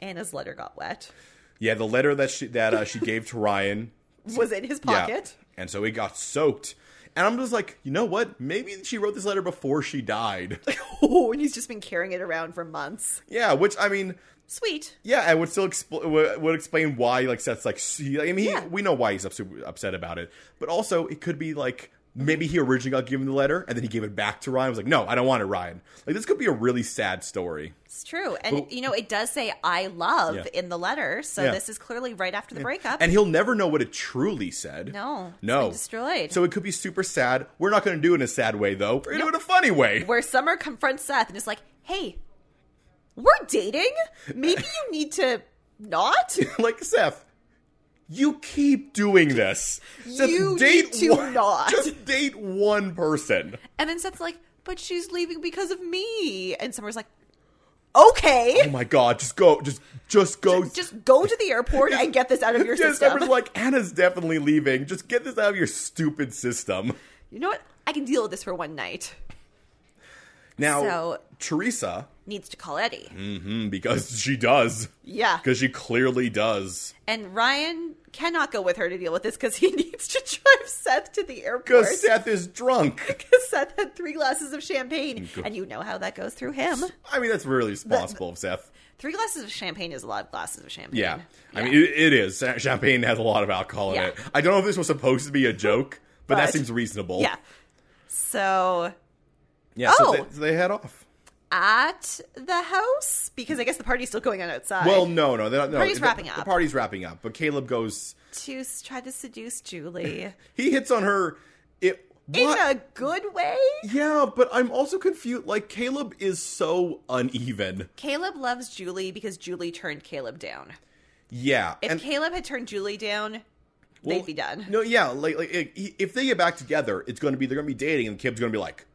Speaker 2: Anna's letter got wet.
Speaker 1: Yeah, the letter that she that uh, she gave to Ryan.
Speaker 2: Was in his pocket.
Speaker 1: Yeah, and so it got soaked. And I'm just like, you know what? Maybe she wrote this letter before she died.
Speaker 2: Oh, and he's just been carrying it around for months.
Speaker 1: yeah, which I mean,
Speaker 2: Sweet.
Speaker 1: yeah, I would still expl- would- would explain why like Seth's like, see, I mean, he,
Speaker 2: Yeah.
Speaker 1: we know why he's up, super upset about it, but also it could be like maybe he originally got given the letter and then he gave it back to Ryan. was like, no, I don't want it, Ryan. Like this could be a really sad story.
Speaker 2: It's true. And, you know, it does say I love
Speaker 1: Yeah.
Speaker 2: in the letter. So
Speaker 1: Yeah.
Speaker 2: this is clearly right after the breakup.
Speaker 1: And he'll never know what it truly said.
Speaker 2: No, it's
Speaker 1: no,
Speaker 2: been destroyed.
Speaker 1: So it could be super sad. We're not going to do it in a sad way, though. We're going to do it in a funny way.
Speaker 2: Where Summer confronts Seth and is like, hey, we're dating? Maybe you need to not?
Speaker 1: like Seth, you keep doing this. Just
Speaker 2: You
Speaker 1: date
Speaker 2: need to
Speaker 1: one,
Speaker 2: not.
Speaker 1: Just date one person.
Speaker 2: And then Seth's like, but she's leaving because of me. And Summer's like, okay.
Speaker 1: Oh my god, just go, just just go.
Speaker 2: Just go to the airport and get this out of your
Speaker 1: Yeah,
Speaker 2: system.
Speaker 1: Summer's like Anna's definitely leaving. Just get this out of your stupid system.
Speaker 2: you know what? I can deal with this for one night.
Speaker 1: Now,
Speaker 2: So-
Speaker 1: Teresa,
Speaker 2: Needs to call Eddie.
Speaker 1: mm, because she does,
Speaker 2: Yeah.
Speaker 1: because she clearly does.
Speaker 2: And Ryan cannot go with her to deal with this because he needs to drive Seth to the airport.
Speaker 1: Because Seth is drunk.
Speaker 2: Because Seth had three glasses of champagne. And you know how that goes through him.
Speaker 1: I mean, that's really responsible of Seth.
Speaker 2: Three glasses of champagne is a lot of glasses of champagne.
Speaker 1: Yeah. I mean, it, it is. Champagne has a lot of alcohol in
Speaker 2: Yeah.
Speaker 1: it. I don't know if this was supposed to be a joke, but, that
Speaker 2: But-
Speaker 1: seems reasonable.
Speaker 2: yeah. So
Speaker 1: Yeah, so,
Speaker 2: Oh.
Speaker 1: they, so they head off.
Speaker 2: at the house, because I guess the party's still going on outside.
Speaker 1: Well, no, no, they're not, no.
Speaker 2: Party's
Speaker 1: the-
Speaker 2: wrapping
Speaker 1: The
Speaker 2: up.
Speaker 1: party's wrapping up, but Caleb goes.
Speaker 2: to s- try to seduce Julie
Speaker 1: He hits on her. It
Speaker 2: in
Speaker 1: what?
Speaker 2: a good way.
Speaker 1: yeah, but I'm also confused. Like Caleb is so uneven.
Speaker 2: Caleb loves Julie because Julie turned Caleb down.
Speaker 1: Yeah,
Speaker 2: If
Speaker 1: and
Speaker 2: Caleb had turned Julie down,
Speaker 1: well,
Speaker 2: they'd be done.
Speaker 1: No, yeah, like like i- i- if they get back together, it's going to be they're going to be dating, and Caleb's going to be like,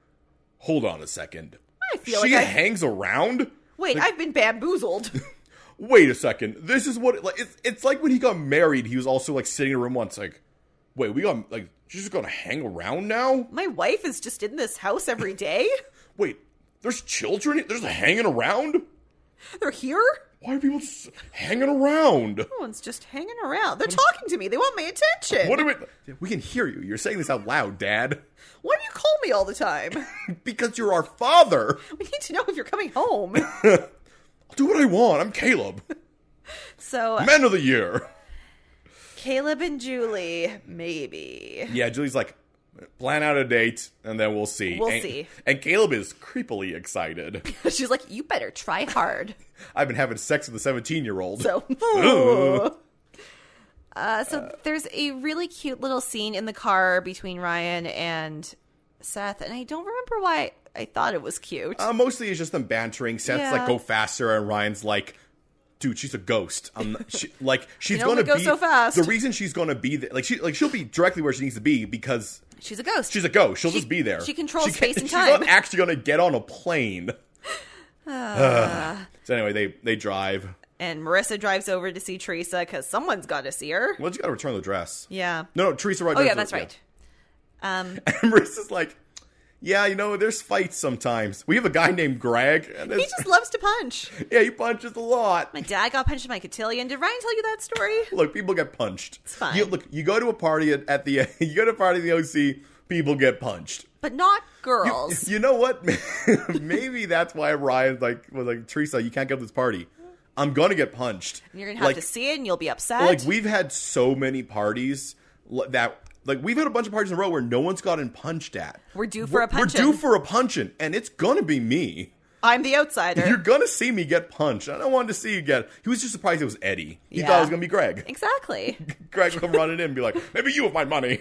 Speaker 1: "Hold on a second,
Speaker 2: I feel
Speaker 1: she
Speaker 2: like I-
Speaker 1: hangs around."
Speaker 2: Wait, I've been bamboozled.
Speaker 1: Wait a second. This is what like it's, it's like when he got married. He was also like sitting in a room once, like, "Wait, we got like she's just going to hang around now."
Speaker 2: My wife is just in this house every day.
Speaker 1: Wait, there's children? There's hanging around?
Speaker 2: They're here?
Speaker 1: why are people just hanging around?
Speaker 2: Everyone's just hanging around. They're talking to me. They want my attention.
Speaker 1: What do we? We can hear you. You're saying this out loud, Dad,
Speaker 2: Why do you call me all the time?
Speaker 1: because you're our father.
Speaker 2: We need to know if you're coming home.
Speaker 1: I'll do what I want. I'm Caleb,
Speaker 2: So
Speaker 1: Man of the Year.
Speaker 2: Caleb and Julie, maybe.
Speaker 1: Yeah, Julie's like, plan out a date, and then we'll see.
Speaker 2: We'll
Speaker 1: And-
Speaker 2: see.
Speaker 1: And Caleb is creepily excited.
Speaker 2: She's like, you better try hard.
Speaker 1: I've been having sex with a 17 year old.
Speaker 2: So,
Speaker 1: Ooh.
Speaker 2: uh, so there's a really cute little scene in the car between Ryan and Seth, and I don't remember why I thought it was cute.
Speaker 1: Uh, mostly it's just them bantering. Seth's
Speaker 2: Yeah.
Speaker 1: like, go faster, and Ryan's like, dude, she's a ghost. I'm not- she, like, she's
Speaker 2: can only
Speaker 1: gonna
Speaker 2: go
Speaker 1: be
Speaker 2: so fast.
Speaker 1: The reason she's gonna be there, like she like she'll be directly where she needs to be because
Speaker 2: She's a ghost.
Speaker 1: she's a ghost. She'll
Speaker 2: She-
Speaker 1: just be there.
Speaker 2: she controls
Speaker 1: can't-
Speaker 2: space and
Speaker 1: She's
Speaker 2: time.
Speaker 1: not actually gonna get on a plane.
Speaker 2: Ah.
Speaker 1: Ugh. so anyway, they they drive.
Speaker 2: and Marissa drives over to see Teresa because someone's got to see her.
Speaker 1: Well, you gotta return the dress.
Speaker 2: Yeah.
Speaker 1: No, no, Teresa.
Speaker 2: Oh, yeah, that's right. Um,
Speaker 1: And Marissa's like, yeah, you know, there's fights sometimes. We have a guy named Greg. And
Speaker 2: he
Speaker 1: it's-
Speaker 2: just loves to punch.
Speaker 1: yeah, he punches a lot.
Speaker 2: My dad got punched in my cotillion. Did Ryan tell you that story?
Speaker 1: Look, people get punched. It's
Speaker 2: fine.
Speaker 1: You, look, you go to a party at, at the you go to a party in the OC, people get punched.
Speaker 2: But not girls.
Speaker 1: You know what? Maybe that's why Ryan like was like Teresa, you can't go to this party. I'm gonna get punched.
Speaker 2: You're gonna have
Speaker 1: like,
Speaker 2: to see it, and you'll be upset.
Speaker 1: Like we've had so many parties l- that like we've had a bunch of parties in a row where no one's gotten punched at.
Speaker 2: We're due for a punchin'.
Speaker 1: We're due for a punchin', and it's gonna be me.
Speaker 2: I'm the outsider.
Speaker 1: You're gonna see me get punched. and I wanted to see you get. He was just surprised it was Eddie. He thought it
Speaker 2: Yeah.
Speaker 1: was gonna be Greg.
Speaker 2: Exactly.
Speaker 1: Greg would come running in and be like, "Maybe you have my money."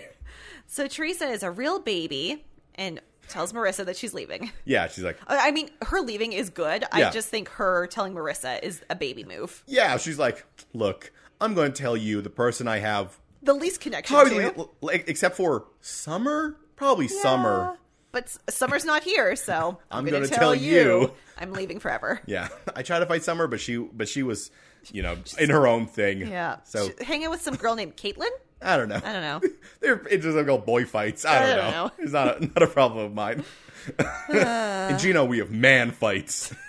Speaker 2: So Teresa is a real baby and tells Marissa that she's leaving.
Speaker 1: Yeah, she's like,
Speaker 2: I I mean, her leaving is good.
Speaker 1: Yeah.
Speaker 2: I just think her telling Marissa is a baby move.
Speaker 1: "Yeah." She's like, "Look, I'm going to tell you the person I have,
Speaker 2: The least connection
Speaker 1: probably
Speaker 2: to.
Speaker 1: like, except for summer, probably summer."
Speaker 2: Yeah. But S- Summer's not here, so I'm,
Speaker 1: I'm
Speaker 2: going
Speaker 1: gonna
Speaker 2: to
Speaker 1: tell
Speaker 2: tell
Speaker 1: you.
Speaker 2: you I'm leaving forever.
Speaker 1: Yeah, I tried to fight summer, but she, but she was, you know, in her own thing.
Speaker 2: Yeah.
Speaker 1: So
Speaker 2: Sh- hang out with some girl named Caitlin?
Speaker 1: I don't know.
Speaker 2: I don't know.
Speaker 1: They're it's just like all boy fights. I don't,
Speaker 2: don't
Speaker 1: know.
Speaker 2: know.
Speaker 1: It's not a, not a problem of mine. In Gino, we have man fights.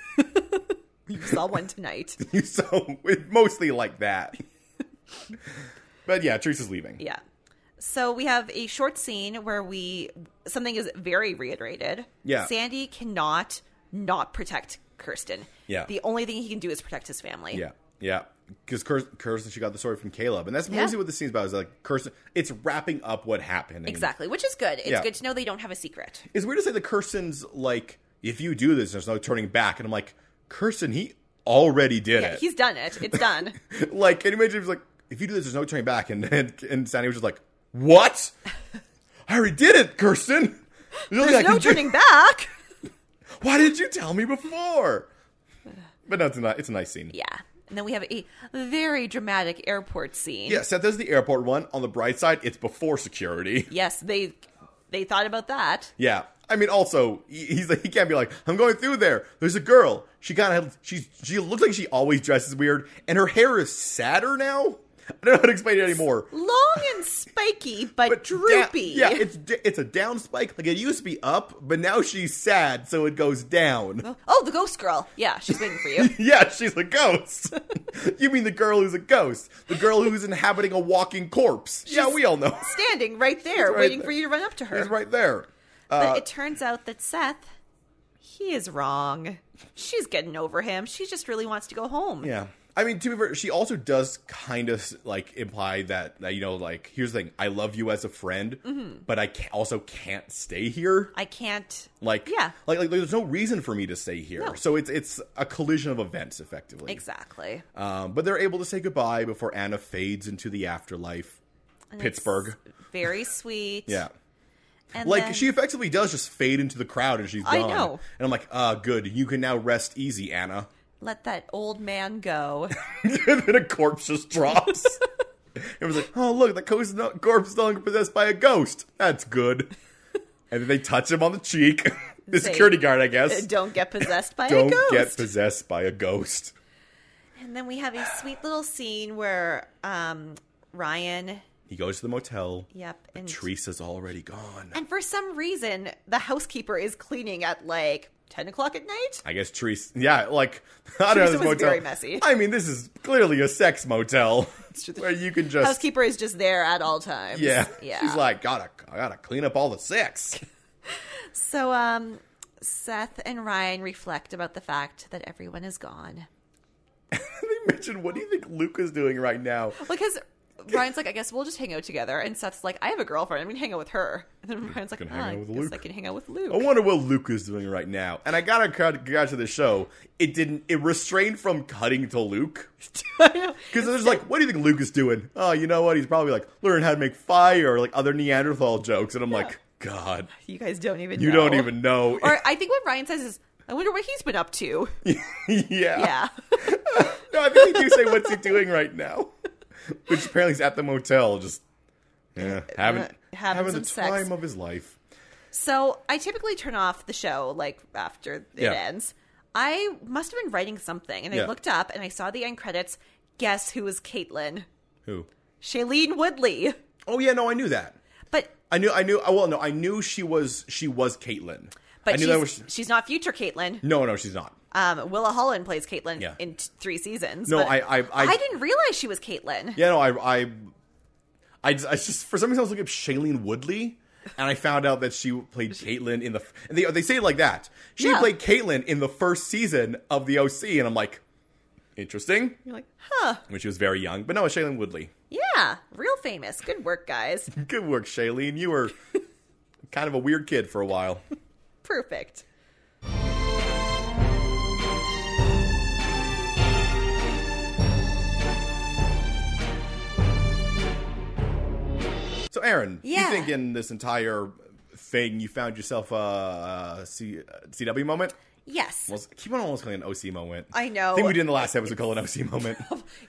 Speaker 2: You saw one tonight.
Speaker 1: so it's mostly like that. but yeah, Teresa's leaving.
Speaker 2: Yeah. So we have a short scene where we something is very reiterated.
Speaker 1: Yeah.
Speaker 2: Sandy cannot not protect Kirsten.
Speaker 1: Yeah.
Speaker 2: The only thing he can do is protect his family.
Speaker 1: Yeah, yeah. Because Kirsten, she got the story from Caleb, and that's
Speaker 2: Yeah.
Speaker 1: mostly what the scene's about. Is like Kirsten, it's wrapping up what happened. and
Speaker 2: Exactly, which is good. It's
Speaker 1: Yeah.
Speaker 2: good to know they don't have a secret.
Speaker 1: It's weird to say that Kirsten's like, if you do this, there's no turning back. And I'm like, Kirsten, he already did
Speaker 2: Yeah,
Speaker 1: it.
Speaker 2: he's done it. It's done.
Speaker 1: like, can you imagine if he's like, if you do this, there's no turning back? And and, and Sandy was just like, what? I already did it, Kirsten. There's nothing I
Speaker 2: There's
Speaker 1: can
Speaker 2: no
Speaker 1: do."
Speaker 2: turning back.
Speaker 1: Why didn't you tell me before? But no, it's not. It's a nice scene.
Speaker 2: Yeah. And then we have a very dramatic airport scene.
Speaker 1: Yeah, Seth does the airport one. On the bright side, it's before security.
Speaker 2: Yes, they they thought about that.
Speaker 1: Yeah. I mean, also, he- he's like, he can't be like, I'm going through there. There's a girl. She kind of, she's, she looks like she always dresses weird, and her hair is sadder now. I don't know how to explain it anymore.
Speaker 2: Long and spiky, but,
Speaker 1: But da-
Speaker 2: droopy.
Speaker 1: yeah, it's d- it's a down spike. Like it used to be up, but now she's sad, so it goes down.
Speaker 2: oh, the ghost girl. Yeah, she's waiting for you.
Speaker 1: Yeah, she's a ghost. you mean the girl who's a ghost? The girl who's inhabiting a walking corpse? yeah, we all know.
Speaker 2: Standing right there,
Speaker 1: right
Speaker 2: waiting
Speaker 1: there.
Speaker 2: for you to run up to her.
Speaker 1: He's uh, right there.
Speaker 2: But it turns out that Seth, he is wrong. She's getting over him. She just really wants to go home.
Speaker 1: Yeah. I mean, to be fair, she also does kind of like imply that, that you know, like here's the thing: I love you as a friend,
Speaker 2: Mm-hmm.
Speaker 1: but I ca also can't stay here.
Speaker 2: I can't.
Speaker 1: Like,
Speaker 2: Yeah.
Speaker 1: like, like there's no reason for me to stay here.
Speaker 2: No.
Speaker 1: So it's it's a collision of events, effectively.
Speaker 2: Exactly.
Speaker 1: Um, but they're able to say goodbye before Anna fades into the afterlife,
Speaker 2: And it's
Speaker 1: Pittsburgh.
Speaker 2: Very sweet.
Speaker 1: Yeah.
Speaker 2: And
Speaker 1: Like
Speaker 2: then-
Speaker 1: she effectively does just fade into the crowd and she's gone.
Speaker 2: I know.
Speaker 1: And I'm like, ah, good. You can now rest easy, Anna.
Speaker 2: let that old man go.
Speaker 1: and then a corpse just drops. it was like, oh look, the corpse is no, corpse is no longer possessed by a ghost. That's good. And then they touch him on the cheek. the
Speaker 2: Say,
Speaker 1: security guard, I guess.
Speaker 2: Don't get possessed by a
Speaker 1: Don't
Speaker 2: ghost.
Speaker 1: get possessed by a ghost.
Speaker 2: and then we have a sweet little scene where um, Ryan
Speaker 1: He goes to the motel.
Speaker 2: Yep.
Speaker 1: And
Speaker 2: And,
Speaker 1: Teresa's already gone.
Speaker 2: and for some reason, the housekeeper is cleaning at like 10 o'clock at night.
Speaker 1: I guess Teresa. Yeah, like I don't know
Speaker 2: Teresa
Speaker 1: this
Speaker 2: was
Speaker 1: motel.
Speaker 2: very messy.
Speaker 1: I mean, this is clearly a sex motel where you can just
Speaker 2: Housekeeper is just there at all times.
Speaker 1: yeah.
Speaker 2: Yeah.
Speaker 1: She's like, gotta, I gotta clean up all the sex.
Speaker 2: so, um, Seth and Ryan reflect about the fact that everyone is gone.
Speaker 1: they mentioned, what do you think Luca's doing right now?
Speaker 2: Because Ryan's like, I guess we'll just hang out together. And Seth's like, I have a girlfriend. I'm going to hang out with her. And then Ryan's like,
Speaker 1: Can
Speaker 2: oh,
Speaker 1: hang out
Speaker 2: I
Speaker 1: with
Speaker 2: guess
Speaker 1: Luke."
Speaker 2: I can hang out with Luke.
Speaker 1: I wonder what Luca's doing right now. And I gotta cut got to the show. It didn't. It restrained from cutting to Luke
Speaker 2: I know.
Speaker 1: because there's like, what do you think Luke is doing? Oh, you know what? He's probably like learning how to make fire, or like other Neanderthal jokes. And I'm like, God,
Speaker 2: You guys don't even
Speaker 1: you
Speaker 2: know.
Speaker 1: don't even know.
Speaker 2: Or I think what Ryan says is, I wonder what he's been up to. Yeah.
Speaker 1: No, I think they do say what's he doing right now, which apparently he's at the motel, just yeah, having
Speaker 2: uh, having
Speaker 1: the
Speaker 2: some sex.
Speaker 1: time of his life.
Speaker 2: So I typically turn off the show like after it
Speaker 1: Yeah.
Speaker 2: ends. I must have been writing something and I
Speaker 1: Yeah.
Speaker 2: looked up and I saw the end credits. Guess who was Caitlin?
Speaker 1: Who?
Speaker 2: Shailene Woodley.
Speaker 1: Oh yeah, no, I knew that.
Speaker 2: But
Speaker 1: I knew, I knew. oh, Well, no, I knew she was she was Caitlyn. I
Speaker 2: but
Speaker 1: knew
Speaker 2: she's,
Speaker 1: that was
Speaker 2: she's not future Caitlin.
Speaker 1: no, no, she's not.
Speaker 2: Um, Willa Holland plays Caitlin
Speaker 1: Yeah.
Speaker 2: in t- three seasons.
Speaker 1: No,
Speaker 2: but
Speaker 1: I- I- I-
Speaker 2: didn't realize she was Caitlin.
Speaker 1: Yeah, no, I, I, I, just, I just for some reason I was looking up Shailene Woodley, and I found out that she played Caitlyn in the. And they they say it like that. She
Speaker 2: Yeah.
Speaker 1: played Caitlyn in the first season of the OC, and I'm like, interesting.
Speaker 2: You're like, huh?
Speaker 1: When she was very young, but no, it's Shailene Woodley.
Speaker 2: Yeah, real famous. Good work, guys.
Speaker 1: Good work, Shailene. You were kind of a weird kid for a while.
Speaker 2: Perfect.
Speaker 1: So, Aaron, you
Speaker 2: Yeah.
Speaker 1: think in this entire thing you found yourself a C- CW moment?
Speaker 2: Yes.
Speaker 1: Well, I keep on almost calling it an OC moment.
Speaker 2: I know.
Speaker 1: I think we did in the last episode call it an OC moment.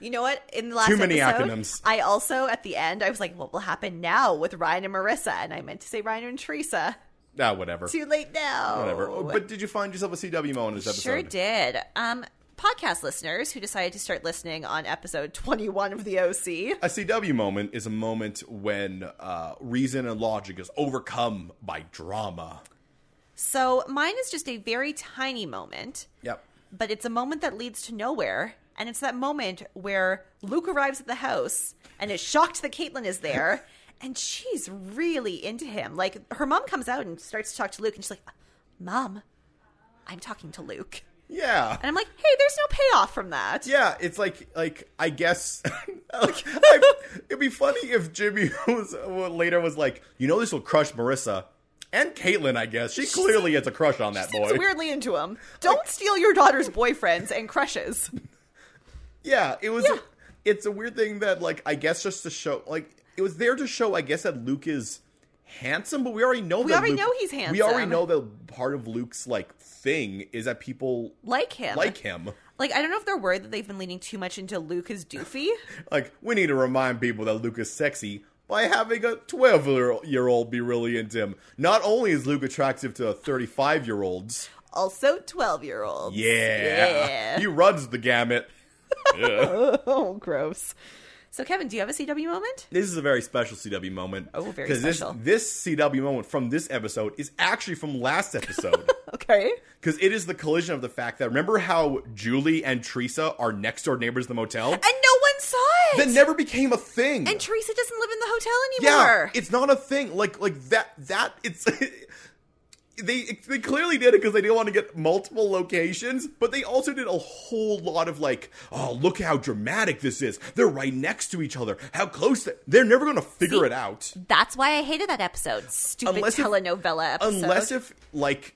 Speaker 2: You know what? In the last
Speaker 1: Too many
Speaker 2: episode,
Speaker 1: acronyms.
Speaker 2: I also at the end I was like, "What will happen now with Ryan and Marissa?" And I meant to say Ryan and Teresa.
Speaker 1: ah, whatever.
Speaker 2: Too late now.
Speaker 1: Whatever. Oh, But did you find yourself a CW moment in this episode?
Speaker 2: sure did. Um, podcast listeners who decided to start listening on episode twenty-one of the OC.
Speaker 1: A CW moment is a moment when uh, reason and logic is overcome by drama.
Speaker 2: So mine is just a very tiny moment,
Speaker 1: Yep.
Speaker 2: but it's a moment that leads to nowhere. And it's that moment where Luke arrives at the house and is shocked that Caitlin is there. And she's really into him. Like, her mom comes out and starts to talk to Luke. And she's like, Mom, I'm talking to Luke.
Speaker 1: Yeah.
Speaker 2: And I'm like, hey, there's no payoff from that.
Speaker 1: Yeah, it's like like I guess like I, it'd be funny if Jimmy was well, later was like, you know, this will crush Marissa and Caitlyn. I guess she clearly has a crush on that boy.
Speaker 2: Seems weirdly into him. Don't steal your daughter's boyfriends and crushes.
Speaker 1: Yeah, it was.
Speaker 2: Yeah.
Speaker 1: It's a weird thing that like I guess just to show like it was there to show I guess that Luke is handsome, but we already know we that
Speaker 2: already
Speaker 1: Luke-
Speaker 2: know he's
Speaker 1: We already
Speaker 2: handsome.
Speaker 1: know that part of Luke's like thing is that people
Speaker 2: Like him.
Speaker 1: like him.
Speaker 2: Like, I don't know if they're worried that they've been leaning too much into Luke as doofy.
Speaker 1: Like, we need to remind people that Luke is sexy by having a 12 year old be really into him. Not only is Luke attractive to 35 year olds,
Speaker 2: also 12 year olds.
Speaker 1: yeah, he runs the gamut.
Speaker 2: Oh, gross. So, Kevin, do you have a CW moment?
Speaker 1: This is a very special CW moment.
Speaker 2: Oh, very
Speaker 1: this,
Speaker 2: special.
Speaker 1: this CW moment from this episode is actually from last episode.
Speaker 2: Okay.
Speaker 1: Because it is the collision of the fact that remember how Julie and Teresa are next door neighbors in the motel?
Speaker 2: And no one saw it.
Speaker 1: That never became a thing.
Speaker 2: and Teresa doesn't live in the hotel
Speaker 1: Yeah,
Speaker 2: anymore.
Speaker 1: it's not a thing. Like like that that it's they they clearly did it because they didn't want to get multiple locations, but they also did a whole lot of like, oh look how dramatic this is. They're right next to each other. How close they, they're never going to figure
Speaker 2: See?
Speaker 1: it out
Speaker 2: That's why I hated that episode. Stupid
Speaker 1: Unless if-
Speaker 2: telenovela episode.
Speaker 1: unless if like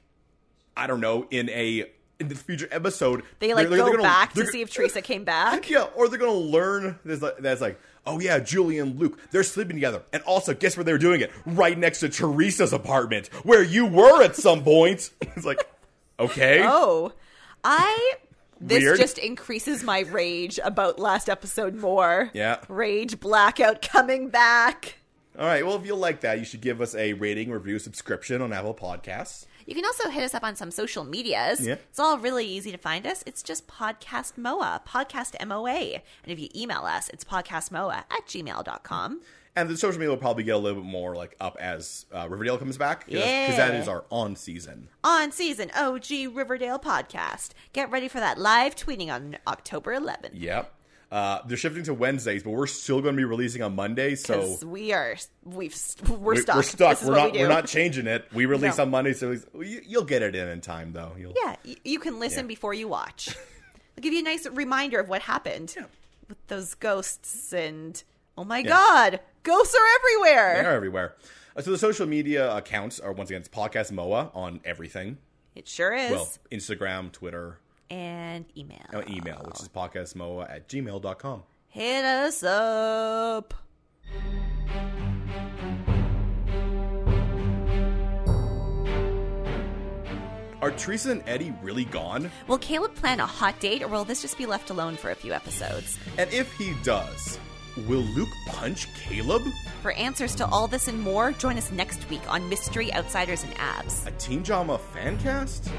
Speaker 1: I don't know in a in the future episode
Speaker 2: they like
Speaker 1: they're-
Speaker 2: go
Speaker 1: they're gonna-
Speaker 2: back to
Speaker 1: they're-
Speaker 2: see if Teresa came back.
Speaker 1: Yeah, or they're gonna learn this like, that's like, oh yeah, Julie and Luke, they're sleeping together. And also, guess where they're doing it? Right next to Teresa's apartment, where you were at some point. it's like, okay.
Speaker 2: Oh, I. This
Speaker 1: Weird.
Speaker 2: just increases my rage about last episode more.
Speaker 1: Yeah.
Speaker 2: Rage blackout coming back.
Speaker 1: Alright, well if you like that, you should give us a rating, review, subscription on Apple Podcasts.
Speaker 2: You can also hit us up on some social medias.
Speaker 1: Yeah.
Speaker 2: It's all really easy to find us. It's just Podcast MOA, Podcast MOA. And if you email us, it's podcastmoa at gmail.com.
Speaker 1: and the social media will probably get a little bit more like up as uh, Riverdale comes back. Because that
Speaker 2: Yeah.
Speaker 1: is our on season.
Speaker 2: On season OG Riverdale podcast. Get ready for that live tweeting on October 11th.
Speaker 1: Yep. Uh, they're shifting to Wednesdays, but we're still going to be releasing on Mondays. So
Speaker 2: Because we are we've we're
Speaker 1: we-
Speaker 2: stuck.
Speaker 1: We're stuck.
Speaker 2: This is
Speaker 1: We're
Speaker 2: what
Speaker 1: not.
Speaker 2: we
Speaker 1: We
Speaker 2: do.
Speaker 1: are not changing it. We release
Speaker 2: No.
Speaker 1: on Monday, so it's- you- you'll get it in in time, though. You'll,
Speaker 2: Yeah, y- you can listen
Speaker 1: Yeah.
Speaker 2: before you watch. I'll give you a nice reminder of what happened with those ghosts and oh my god, ghosts are everywhere.
Speaker 1: They're everywhere. Uh, so the social media accounts are once again it's podcast Moa on everything.
Speaker 2: It sure is.
Speaker 1: Well, Instagram, Twitter,
Speaker 2: and email.
Speaker 1: uh, email, which is podcastmoa at gmail.com.
Speaker 2: Hit us up.
Speaker 1: Are Teresa and Eddie really gone?
Speaker 2: Will Caleb plan a hot date or will this just be left alone for a few episodes?
Speaker 1: And if he does, will Luke punch Caleb?
Speaker 2: For answers to all this and more, join us next week on Mystery Outsiders and Abs.
Speaker 1: A Teen Drama fan cast?